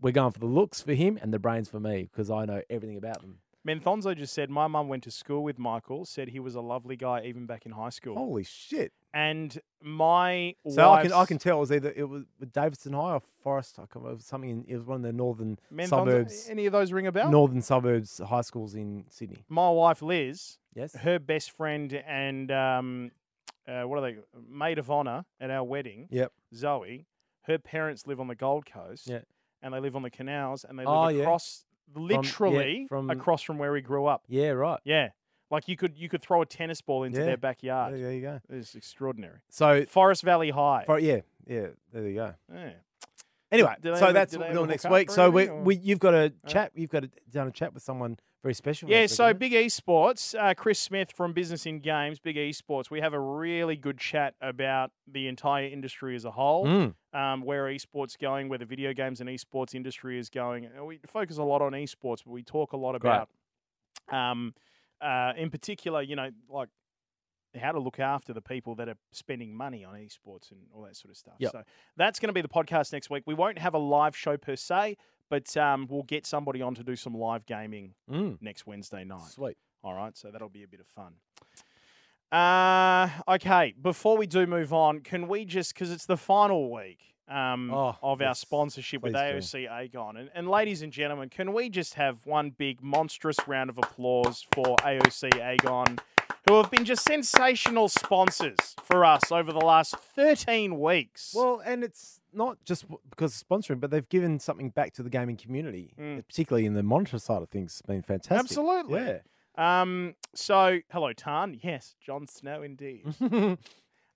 we're going for the looks for him and the brains for me because I know everything about them.
Menthonzo just said my mum went to school with Michael. Said he was a lovely guy even back in high school.
Holy shit!
And my
Oh. So I can I
wife's-
can tell it was either it was Davidson High or Forest. I can't remember, it was something. In, it was one of the northern
Menthonzo,
suburbs,
Any of those ring a bell?
northern suburbs high schools in Sydney.
My wife Liz,
Yes.
her best friend and um, uh, what are they? Maid of honor at our wedding.
Yep.
Zoe. Her parents live on the Gold Coast.
Yeah.
And they live on the canals, and they live
Oh, yeah.
across,
yeah,
literally
from-
across from where we grew up.
Yeah. Right.
Yeah. Like you could you could throw a tennis ball into
Yeah.
their backyard.
There you go.
It's extraordinary.
So
Forest Valley High.
For, yeah, yeah, there you go.
Yeah.
Anyway,
Did they
so
have a-
that's
did they
what we're
have a
doing
World
next
Cup
week.
or
So we,
anything, or-
we, you've got a chat. You've got a, done a chat with someone very special.
Yeah,
next
so
week,
Big Esports, uh, Chris Smith from Business in Games, Big Esports, we have a really good chat about the entire industry as a whole,
Mm.
um, where esports going, where the video games and esports industry is going. And We focus a lot on esports, but we talk a lot
Great.
about, um, uh, in particular, you know, like how to look after the people that are spending money on esports and all that sort of stuff.
Yep.
So that's going to be the podcast next week. We won't have a live show per se, but um, we'll get somebody on to do some live gaming
isn't it?
next Wednesday night.
Mm, sweet.
All right, so that'll be a bit of fun. Uh, okay, before we do move on, can we just, because it's the final week um,
Oh,
of our
yes,
sponsorship with
please
AOC Agon, and, and ladies and gentlemen, can we just have one big monstrous round of applause for AOC Agon, who have been just sensational sponsors for us over the last 13 weeks?
Well, and it's not just w- because of sponsoring, but they've given something back to the gaming community, uh,
Mm.
particularly in the monitor side of things. It's been fantastic.
Absolutely.
Yeah.
Um, so, hello, Tan. Yes, Jon Snow indeed.
Thank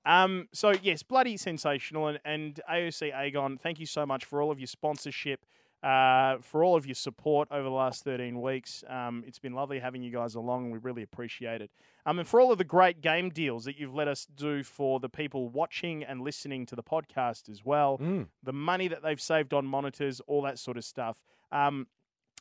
Um, so yes, bloody sensational, and, and AOC Agon, thank you so much for all of your sponsorship, uh, for all of your support over the last thirteen weeks. Um, it's been lovely having you guys along, and we really appreciate it. Um, and for all of the great game deals that you've let us do for the people watching and listening to the podcast as well,
Mm.
the money that they've saved on monitors, all that sort of stuff. Um,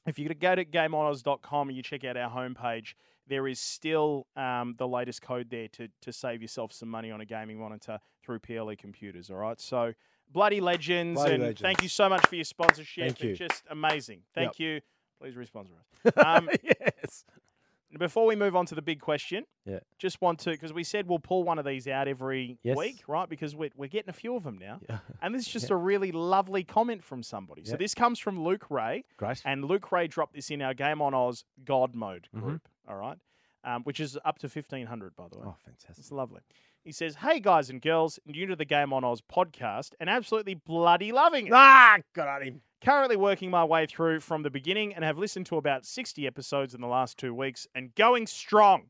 if you go to gameonos.com and you check out our homepage, there is still um, the latest code there to, to save yourself some money on a gaming monitor through PLE computers. All right. So, bloody legends.
Bloody
and thank
legends.
you so much for your sponsorship.
Thank you.
It's just amazing. Thank
Yep.
you. Please responsor us. Um,
yes.
before we move on to the big question,
Yeah.
just want to, because we said we'll pull one of these out every
Yes.
week, right? Because we're, we're getting a few of them now.
Yeah.
And this is just a really lovely comment from somebody. So,
Yeah.
this comes from Luke Ray.
Great.
And Luke Ray dropped this in our Game on Oz God Mode
Mm-hmm.
group, all right? Um, which is up to 1500, by the way.
oh, fantastic.
It's lovely. He says, Hey guys and girls, new to the Game on Oz podcast and absolutely bloody loving it.
Ah, got on him.
Currently working my way through from the beginning and have listened to about 60 episodes in the last two weeks and going strong.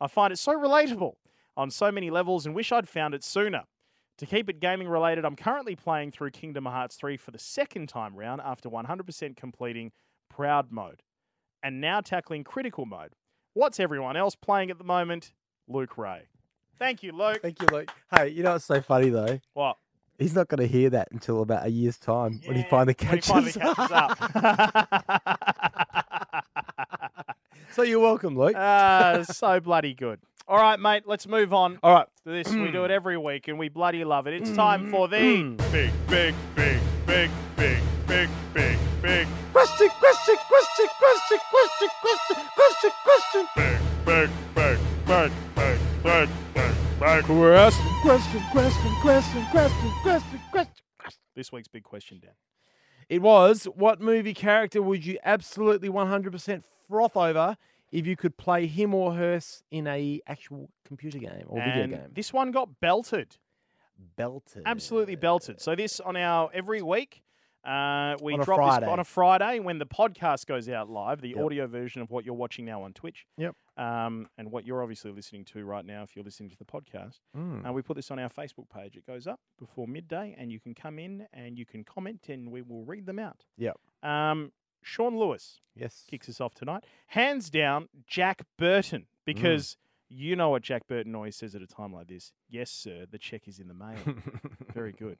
I find it so relatable on so many levels and wish I'd found it sooner. To keep it gaming related, I'm currently playing through Kingdom Hearts 3 for the second time round after 100% completing Proud Mode and now tackling Critical Mode. What's everyone else playing at the moment? Luke Ray. Thank you, Luke.
Thank you, Luke. Hey, you know what's so funny though?
What?
He's not going to hear that until about a year's time when he
Yeah,
finally
when he
catches,
finally catches up.
so you're welcome, Luke.
Ah, so bloody good. All right, mate, let's move on
All right.
to this. we do it every week and we bloody love it. It's
Mm.
time for the big, big, big, big, big, big, big, big,
Question, question, question, question, question, question, question, question.
big, big, big, big, big, big, big, big.
Question, question, question, question, question, question, question.
This week's big question, Dan.
It was what movie character would you absolutely 100% froth over if you could play him or her in a actual computer game or
and
video game?
this one got belted,
belted.
absolutely belted. So this on our every week. Uh, we
On a
drop
Friday.
this on a Friday when the podcast goes out live, the
Yep.
audio version of what you're watching now on Twitch.
Yep.
Um, and what you're obviously listening to right now, if you're listening to the podcast.
Mm.
Uh, we put this on our Facebook page. It goes up before midday, and you can come in and you can comment, and we will read them out.
Yep.
Um, Sean Lewis
Yes.
kicks us off tonight. Hands down, Jack Burton,
Mm.
because you know what Jack Burton always says at a time like this. Yes, sir, the check is in the mail. Very good.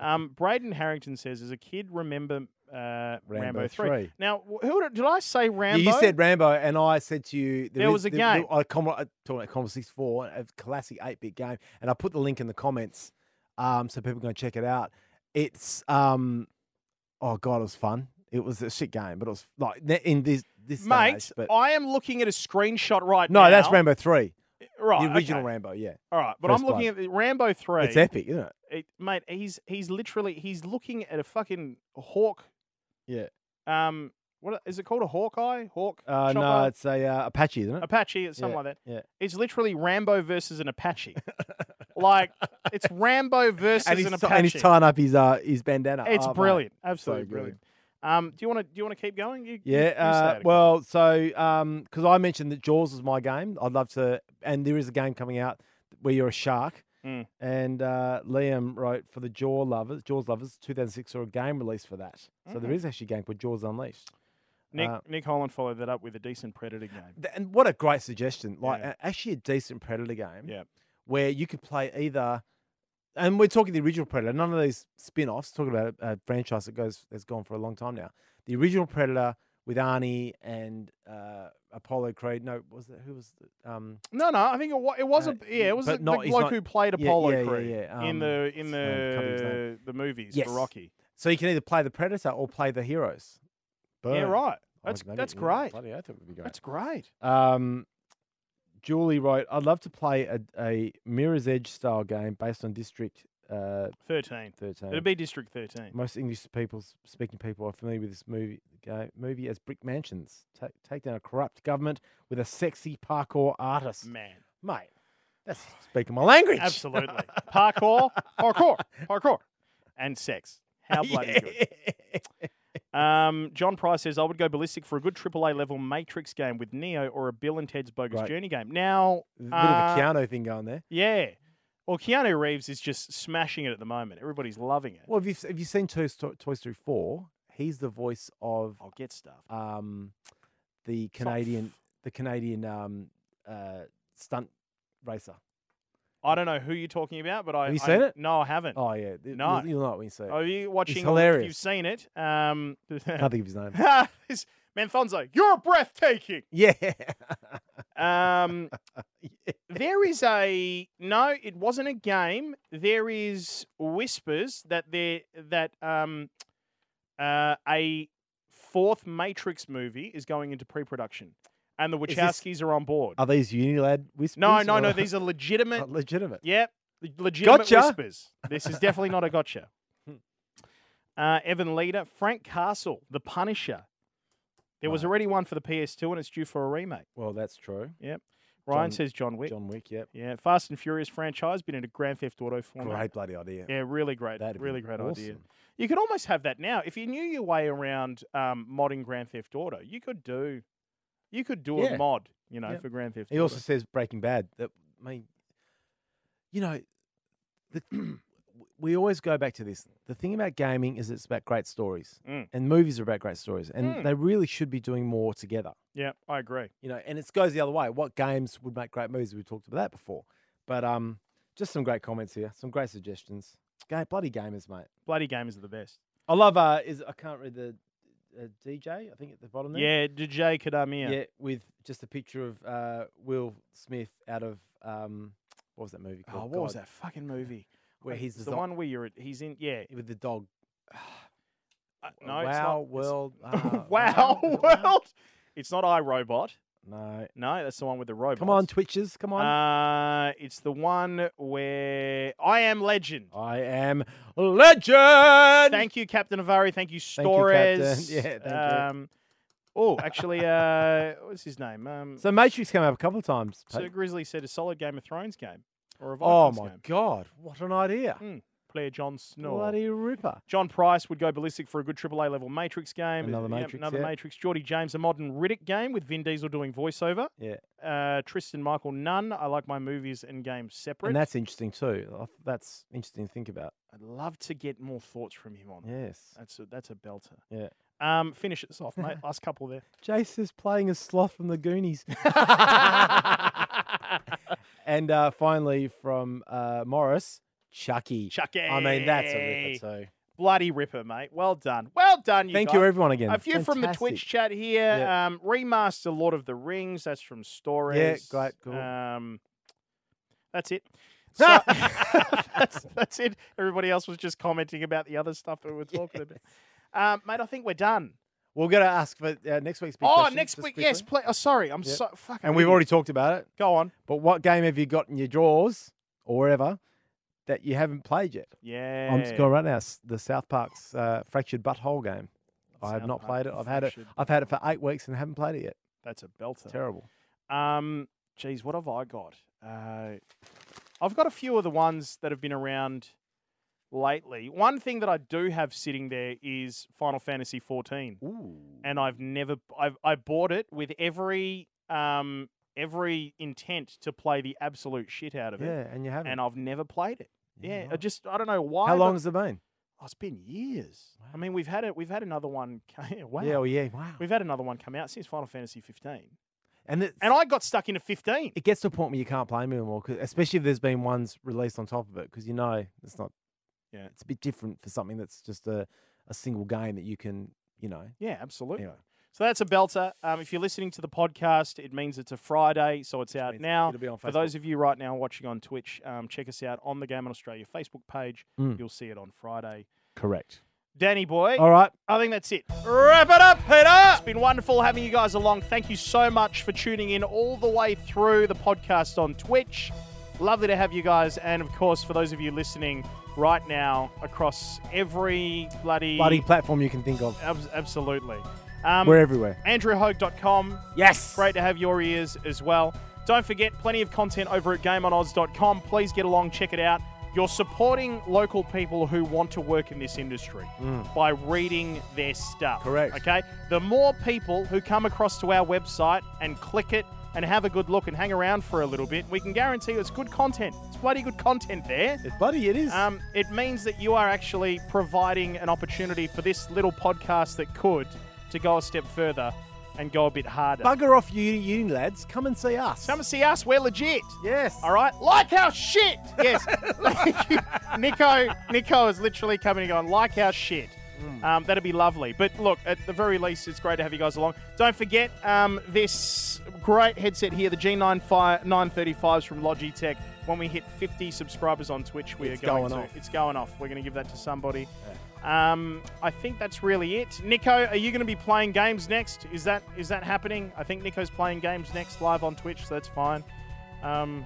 Um, Braden Harrington says, as a kid, remember uh, Rambo, 3. Now, wh- who did, did I say
Yeah,
Rambo?
You said Rambo, and I said to you
There was
is-
a game.
I com- I talking about Commodore 64, a classic 8 bit game, and I put the link in the comments um, so people can check it out. It's, um, oh God, it was fun. It was a shit game, but it was like ne- in this, this day and
Mate,
age, but
I am looking at a screenshot right
No,
now.
that's Rambo 3,
Right,
the original
okay.
Rambo, yeah.
All right, but
First
I'm looking at the Rambo 3.
It's epic, isn't it?
it, mate, he's he's literally he's looking at a fucking hawk.
Yeah.
Um, what a- is it called? A Hawkeye? Hawk?
Uh, no,
chopper?
it's a uh, Apache, isn't it?
Apache, or something
yeah,
like that.
yeah.
It's literally Rambo versus an Apache. like it's Rambo versus
and, he's
an
ti-
Apache.
and he's tying up his, uh, his bandana.
it's
Oh, mate.
brilliant, absolutely
So good.
brilliant. Um, do you want to do you want to keep going? You, you- you say
Yeah.
it
Uh,
again.
well, so um, because I mentioned that Jaws was my game, I'd love to, and there is a game coming out where you're a shark
Mm.
And uh, Liam wrote for the Jaw Lovers, Jaws Lovers, 2006 saw a game release for that. So there is actually a game called Jaws Unleashed.
Nick
Uh,
Nick Holland followed that up with a decent Predator game.
Th- And what a great suggestion! Like
Yeah.
a- actually a decent Predator game.
Yeah.
where you could play either, and we're talking the original Predator, none of these spin offs, talking about a, a franchise that goes that's gone for a long time now. The original Predator with Arnie and uh, Apollo Creed. No, was that who was the, um,
No, no, I think it, wa- it was
Uh,
a yeah, it was
but
the,
not-
the
he's
bloke
not-
who played
yeah,
Apollo
yeah, yeah,
Creed
yeah,
in
um,
the in
I can't think of his
the the movies
Yes.
for Rocky.
so you can either play the Predator or play the heroes. Oh,
Yeah,
Boom.
right. Oh,
I was
That's
gonna
that's
get- yeah,
great.
Bloody oath, that would be great.
That's great.
Um, Julie wrote, "I'd love to play a, a Mirror's Edge style game based on District uh,
13
13.
It'd be District Thirteen.
Most English people speaking people are familiar with this movie ga- movie as brick mansions. Ta take down a corrupt government with a sexy parkour artist.
Man,
Mate, that's speaking my language.
absolutely. parkour, parkour, parkour, and sex. How bloody good. Um, John Price says, I would go ballistic for a good AAA level Matrix game with Neo or a Bill and Ted's Bogus
Right.
Journey game. Now,
There's a bit
uh,
of a Keanu thing going there.
yeah. Well, Keanu Reeves is just smashing it at the moment. Everybody's loving it.
Well, have you, s- have you seen Toy, Sto- Toy Story 4? He's the voice of
I'll get stuff.
um, the
Oh. not f-
Canadian the Canadian um, uh, stunt racer.
I don't know who you're talking about, but I.
Have you
I-
seen it?
No, I haven't.
Oh, yeah. th-
No. Oh,
You'll, you'll know it when you see it.
Are you watching? If
hilarious.
you've seen it. Um,
Can't think of his name.
this- Manfonzo, you're breathtaking.
Yeah.
Um, There is a no. It wasn't a game. There is whispers that there that um, uh, a fourth Matrix movie is going into pre-production, and the
Is
Wachowskis
this-
are on board.
Are these Unilad whispers?
no, no, no.
or-
These are legitimate.
are legitimate.
Yep. le- Legitimate
Gotcha.
whispers. This is definitely not a gotcha. Hmm. Uh, Evan Leader, Frank Castle, The Punisher. There was
Right.
already one for the PS2 and it's due for a remake.
Well, that's true.
Ryan
John-
says John Wick.
John Wick, yep.
Yeah, Fast and Furious franchise, been in a Grand Theft Auto format.
Great bloody idea.
Yeah, really great.
That'd be
really great idea.
awesome.
You could almost have that now. If you knew your way around um, modding Grand Theft Auto, you could do you could do
Yeah.
a mod, you know,
Yep.
for Grand Theft
He
Auto.
also says Breaking Bad. That I mean, you know, the, we always go back to this. The thing about gaming is it's about great stories,
Mm.
and movies are about great stories, and
Mm.
they really should be doing more together.
yeah, I agree.
You know, and it goes the other way. What games would make great movies? We talked about that before, but um, just some great comments here, some great suggestions. Ga- bloody gamers, mate.
Bloody games are the best.
I love uh is I can't read the uh, DJ I think at the bottom there.
Yeah, DJ Kadamia.
yeah, with just a picture of uh Will Smith out of um what was that movie
Oh,
called?
what was
God,
that fucking movie?
Where
Wait,
he's
it's
the,
the
zo-
one where you're at, he's in. Yeah,
with the dog.
uh,
Uh,
no,
wow,
it's not,
world.
it's-
uh,
wow,
is it
world. It's not iRobot.
No,
No, that's the one with the robot.
come on, Twitches, come on.
Uh, it's the one where I am Legend.
I am Oh, legend.
Thank you, Captain Avari. Thank you,
you, Captain.
Stores.
Yeah, thank you.
um, Oh, actually, uh, what's his name? Um,
So Matrix came up a couple of times.
Sir
Pete.
Grizzly said a solid Game of Thrones game or a
oh
Vikings
my
game.
god, what an idea!
Player Jon Snow.
Bloody ripper.
John Price would go ballistic for a good AAA level Matrix game.
Another
Yeah,
Matrix,
another
yeah.
Matrix. Geordie James, a modern Riddick game with Vin Diesel doing voiceover.
Yeah,
Uh, Tristan Michael Nunn, I like my movies and games separate.
and that's interesting too. I- That's interesting to think about.
I'd love to get more thoughts from him on. that.
Yes.
That's a, that's a belter.
Yeah.
Um, finish us off, mate. Last couple there.
Jace is playing a sloth from the Goonies. and uh, finally, from uh, Morris, Chucky.
Chucky.
I mean, that's a ripper too.
Bloody ripper, mate. Well done. Well done, you
Thank
guys.
you, everyone, again.
A few from the
Fantastic.
Twitch chat here.
Yeah.
Um, remaster Lord of the Rings. That's from Storage.
great, cool.
Um, that's it. So- that's, that's it. Everybody else was just commenting about the other stuff that we were talking about. Um, mate, I think we're done.
We're going to ask for uh, next week's. big
oh,
question,
next
just
week.
quickly.
Yes. Play, oh, sorry. I'm
Yeah.
so fucking.
And we've
idiot.
already talked about it.
go on.
But what game have you got in your drawers or wherever that you haven't played yet?
Yeah.
I'm just going right now. s- The South Park's uh, fractured butthole game. I have
South
not
Park
played it. I've had it.
Fractured
I've had it for eight weeks and haven't played it yet.
That's a belter.
Terrible.
Um, geez, what have I got? Uh, I've got a few of the ones that have been around lately. One thing that I do have sitting there is Final Fantasy 14,
Ooh.
and I've never I've I bought it with every um every intent to play the absolute shit out of
Yeah,
it,
and you haven't.
and I've never played it. Yeah, I
right.
just I don't know why.
How
but-
long has it been?
Oh, it's been years. I mean, we've had it. We've had another one. ca- wow.
Yeah, oh yeah, wow.
We've had another one come out since Final Fantasy 15,
And, it's,
and I got stuck into 15.
it gets to a point where you can't play them anymore, 'cause- especially if there's been ones released on top of it, because you know it's not.
Yeah.
it's a bit different for something that's just a, a single game that you can, you know.
Yeah, absolutely.
Anyway.
So that's a belter. Um, if you're listening to the podcast, it means it's a Friday, so it's out
means
now.
it'll be on
For those of you right now watching on Twitch, um, check us out on the Game on Australia Facebook page. You'll see it on Friday.
Correct.
Danny boy,
Hmm. All right.
I think that's it. Wrap it up, Peter. It's been wonderful having you guys along. Thank you so much for tuning in all the way through the podcast on Twitch. Lovely to have you guys, and of course, for those of you listening right now across every bloody
Bloody platform you can think of.
Abs- absolutely. Um,
We're everywhere.
AndrewHogue.com.
Yes.
Great to have your ears as well. Don't forget, plenty of content over at GameOnOz.com. Please get along, check it out. You're supporting local people who want to work in this industry by reading their stuff.
Correct.
Okay? The more people who come across to our website and click it and have a good look and hang around for a little bit, we can guarantee you it's good content. It's bloody good content there.
It's bloody. It is.
Um, it means that you are actually providing an opportunity for this little podcast that could to go a step further and go a bit harder.
Bugger off, you, you lads. Come and see us.
Come and see us. We're legit.
Yes.
All right. Like our shit. Yes. Thank you. Nico. Nico is literally coming and going. Like our shit.
Mm.
Um, that'd be lovely. But look, at the very least, it's great to have you guys along. Don't forget um, this great headset here, the G9 fi- 935s from Logitech. When we hit 50 subscribers on Twitch, we
It's
are going,
going
to.
off.
It's going off. We're going to give that to somebody. Um, I think that's really it. Nico, are you going to be playing games next? Is that is that happening? I think Nico's playing games next live on Twitch, so that's fine. Um,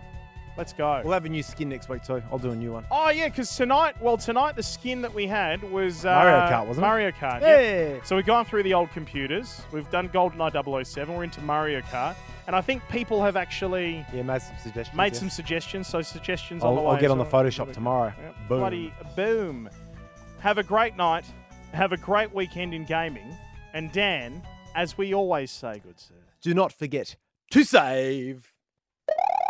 let's go.
We'll have a new skin next week too. I'll do a new one.
Oh yeah, because tonight, well, tonight the skin that we had was uh,
Mario Kart, wasn't it?
Mario Kart. yeah.
Hey.
So we've gone through the old computers. We've done GoldenEye 007. We're into Mario Kart, and I think people have actually
Yeah, made some suggestions.
made
yeah.
some suggestions. So suggestions on
I'll,
the
I'll
way
get
as
on the
well.
Photoshop tomorrow.
Yep.
Boom.
Bloody boom. Have a great night. Have a great weekend in gaming. And Dan, as we always say, good sir.
Do not forget to save.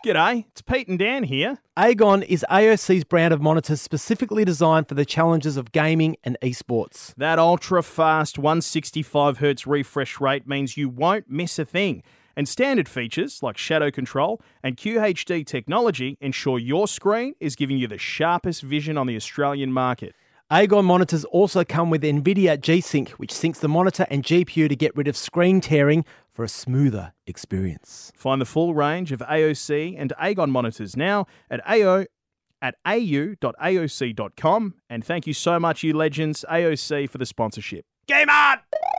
G'day, it's Pete and Dan here.
Aegon is AOC's brand of monitors specifically designed for the challenges of gaming and esports.
That ultra fast 165 hertz refresh rate means you won't miss a thing. And standard features like shadow control and QHD technology ensure your screen is giving you the sharpest vision on the Australian market.
Aegon monitors also come with NVIDIA G Sync, which syncs the monitor and GPU to get rid of screen tearing for a smoother experience.
Find the full range of AOC and Aegon monitors now at AO at au.aoc.com and thank you so much you legends AOC for the sponsorship. Game on!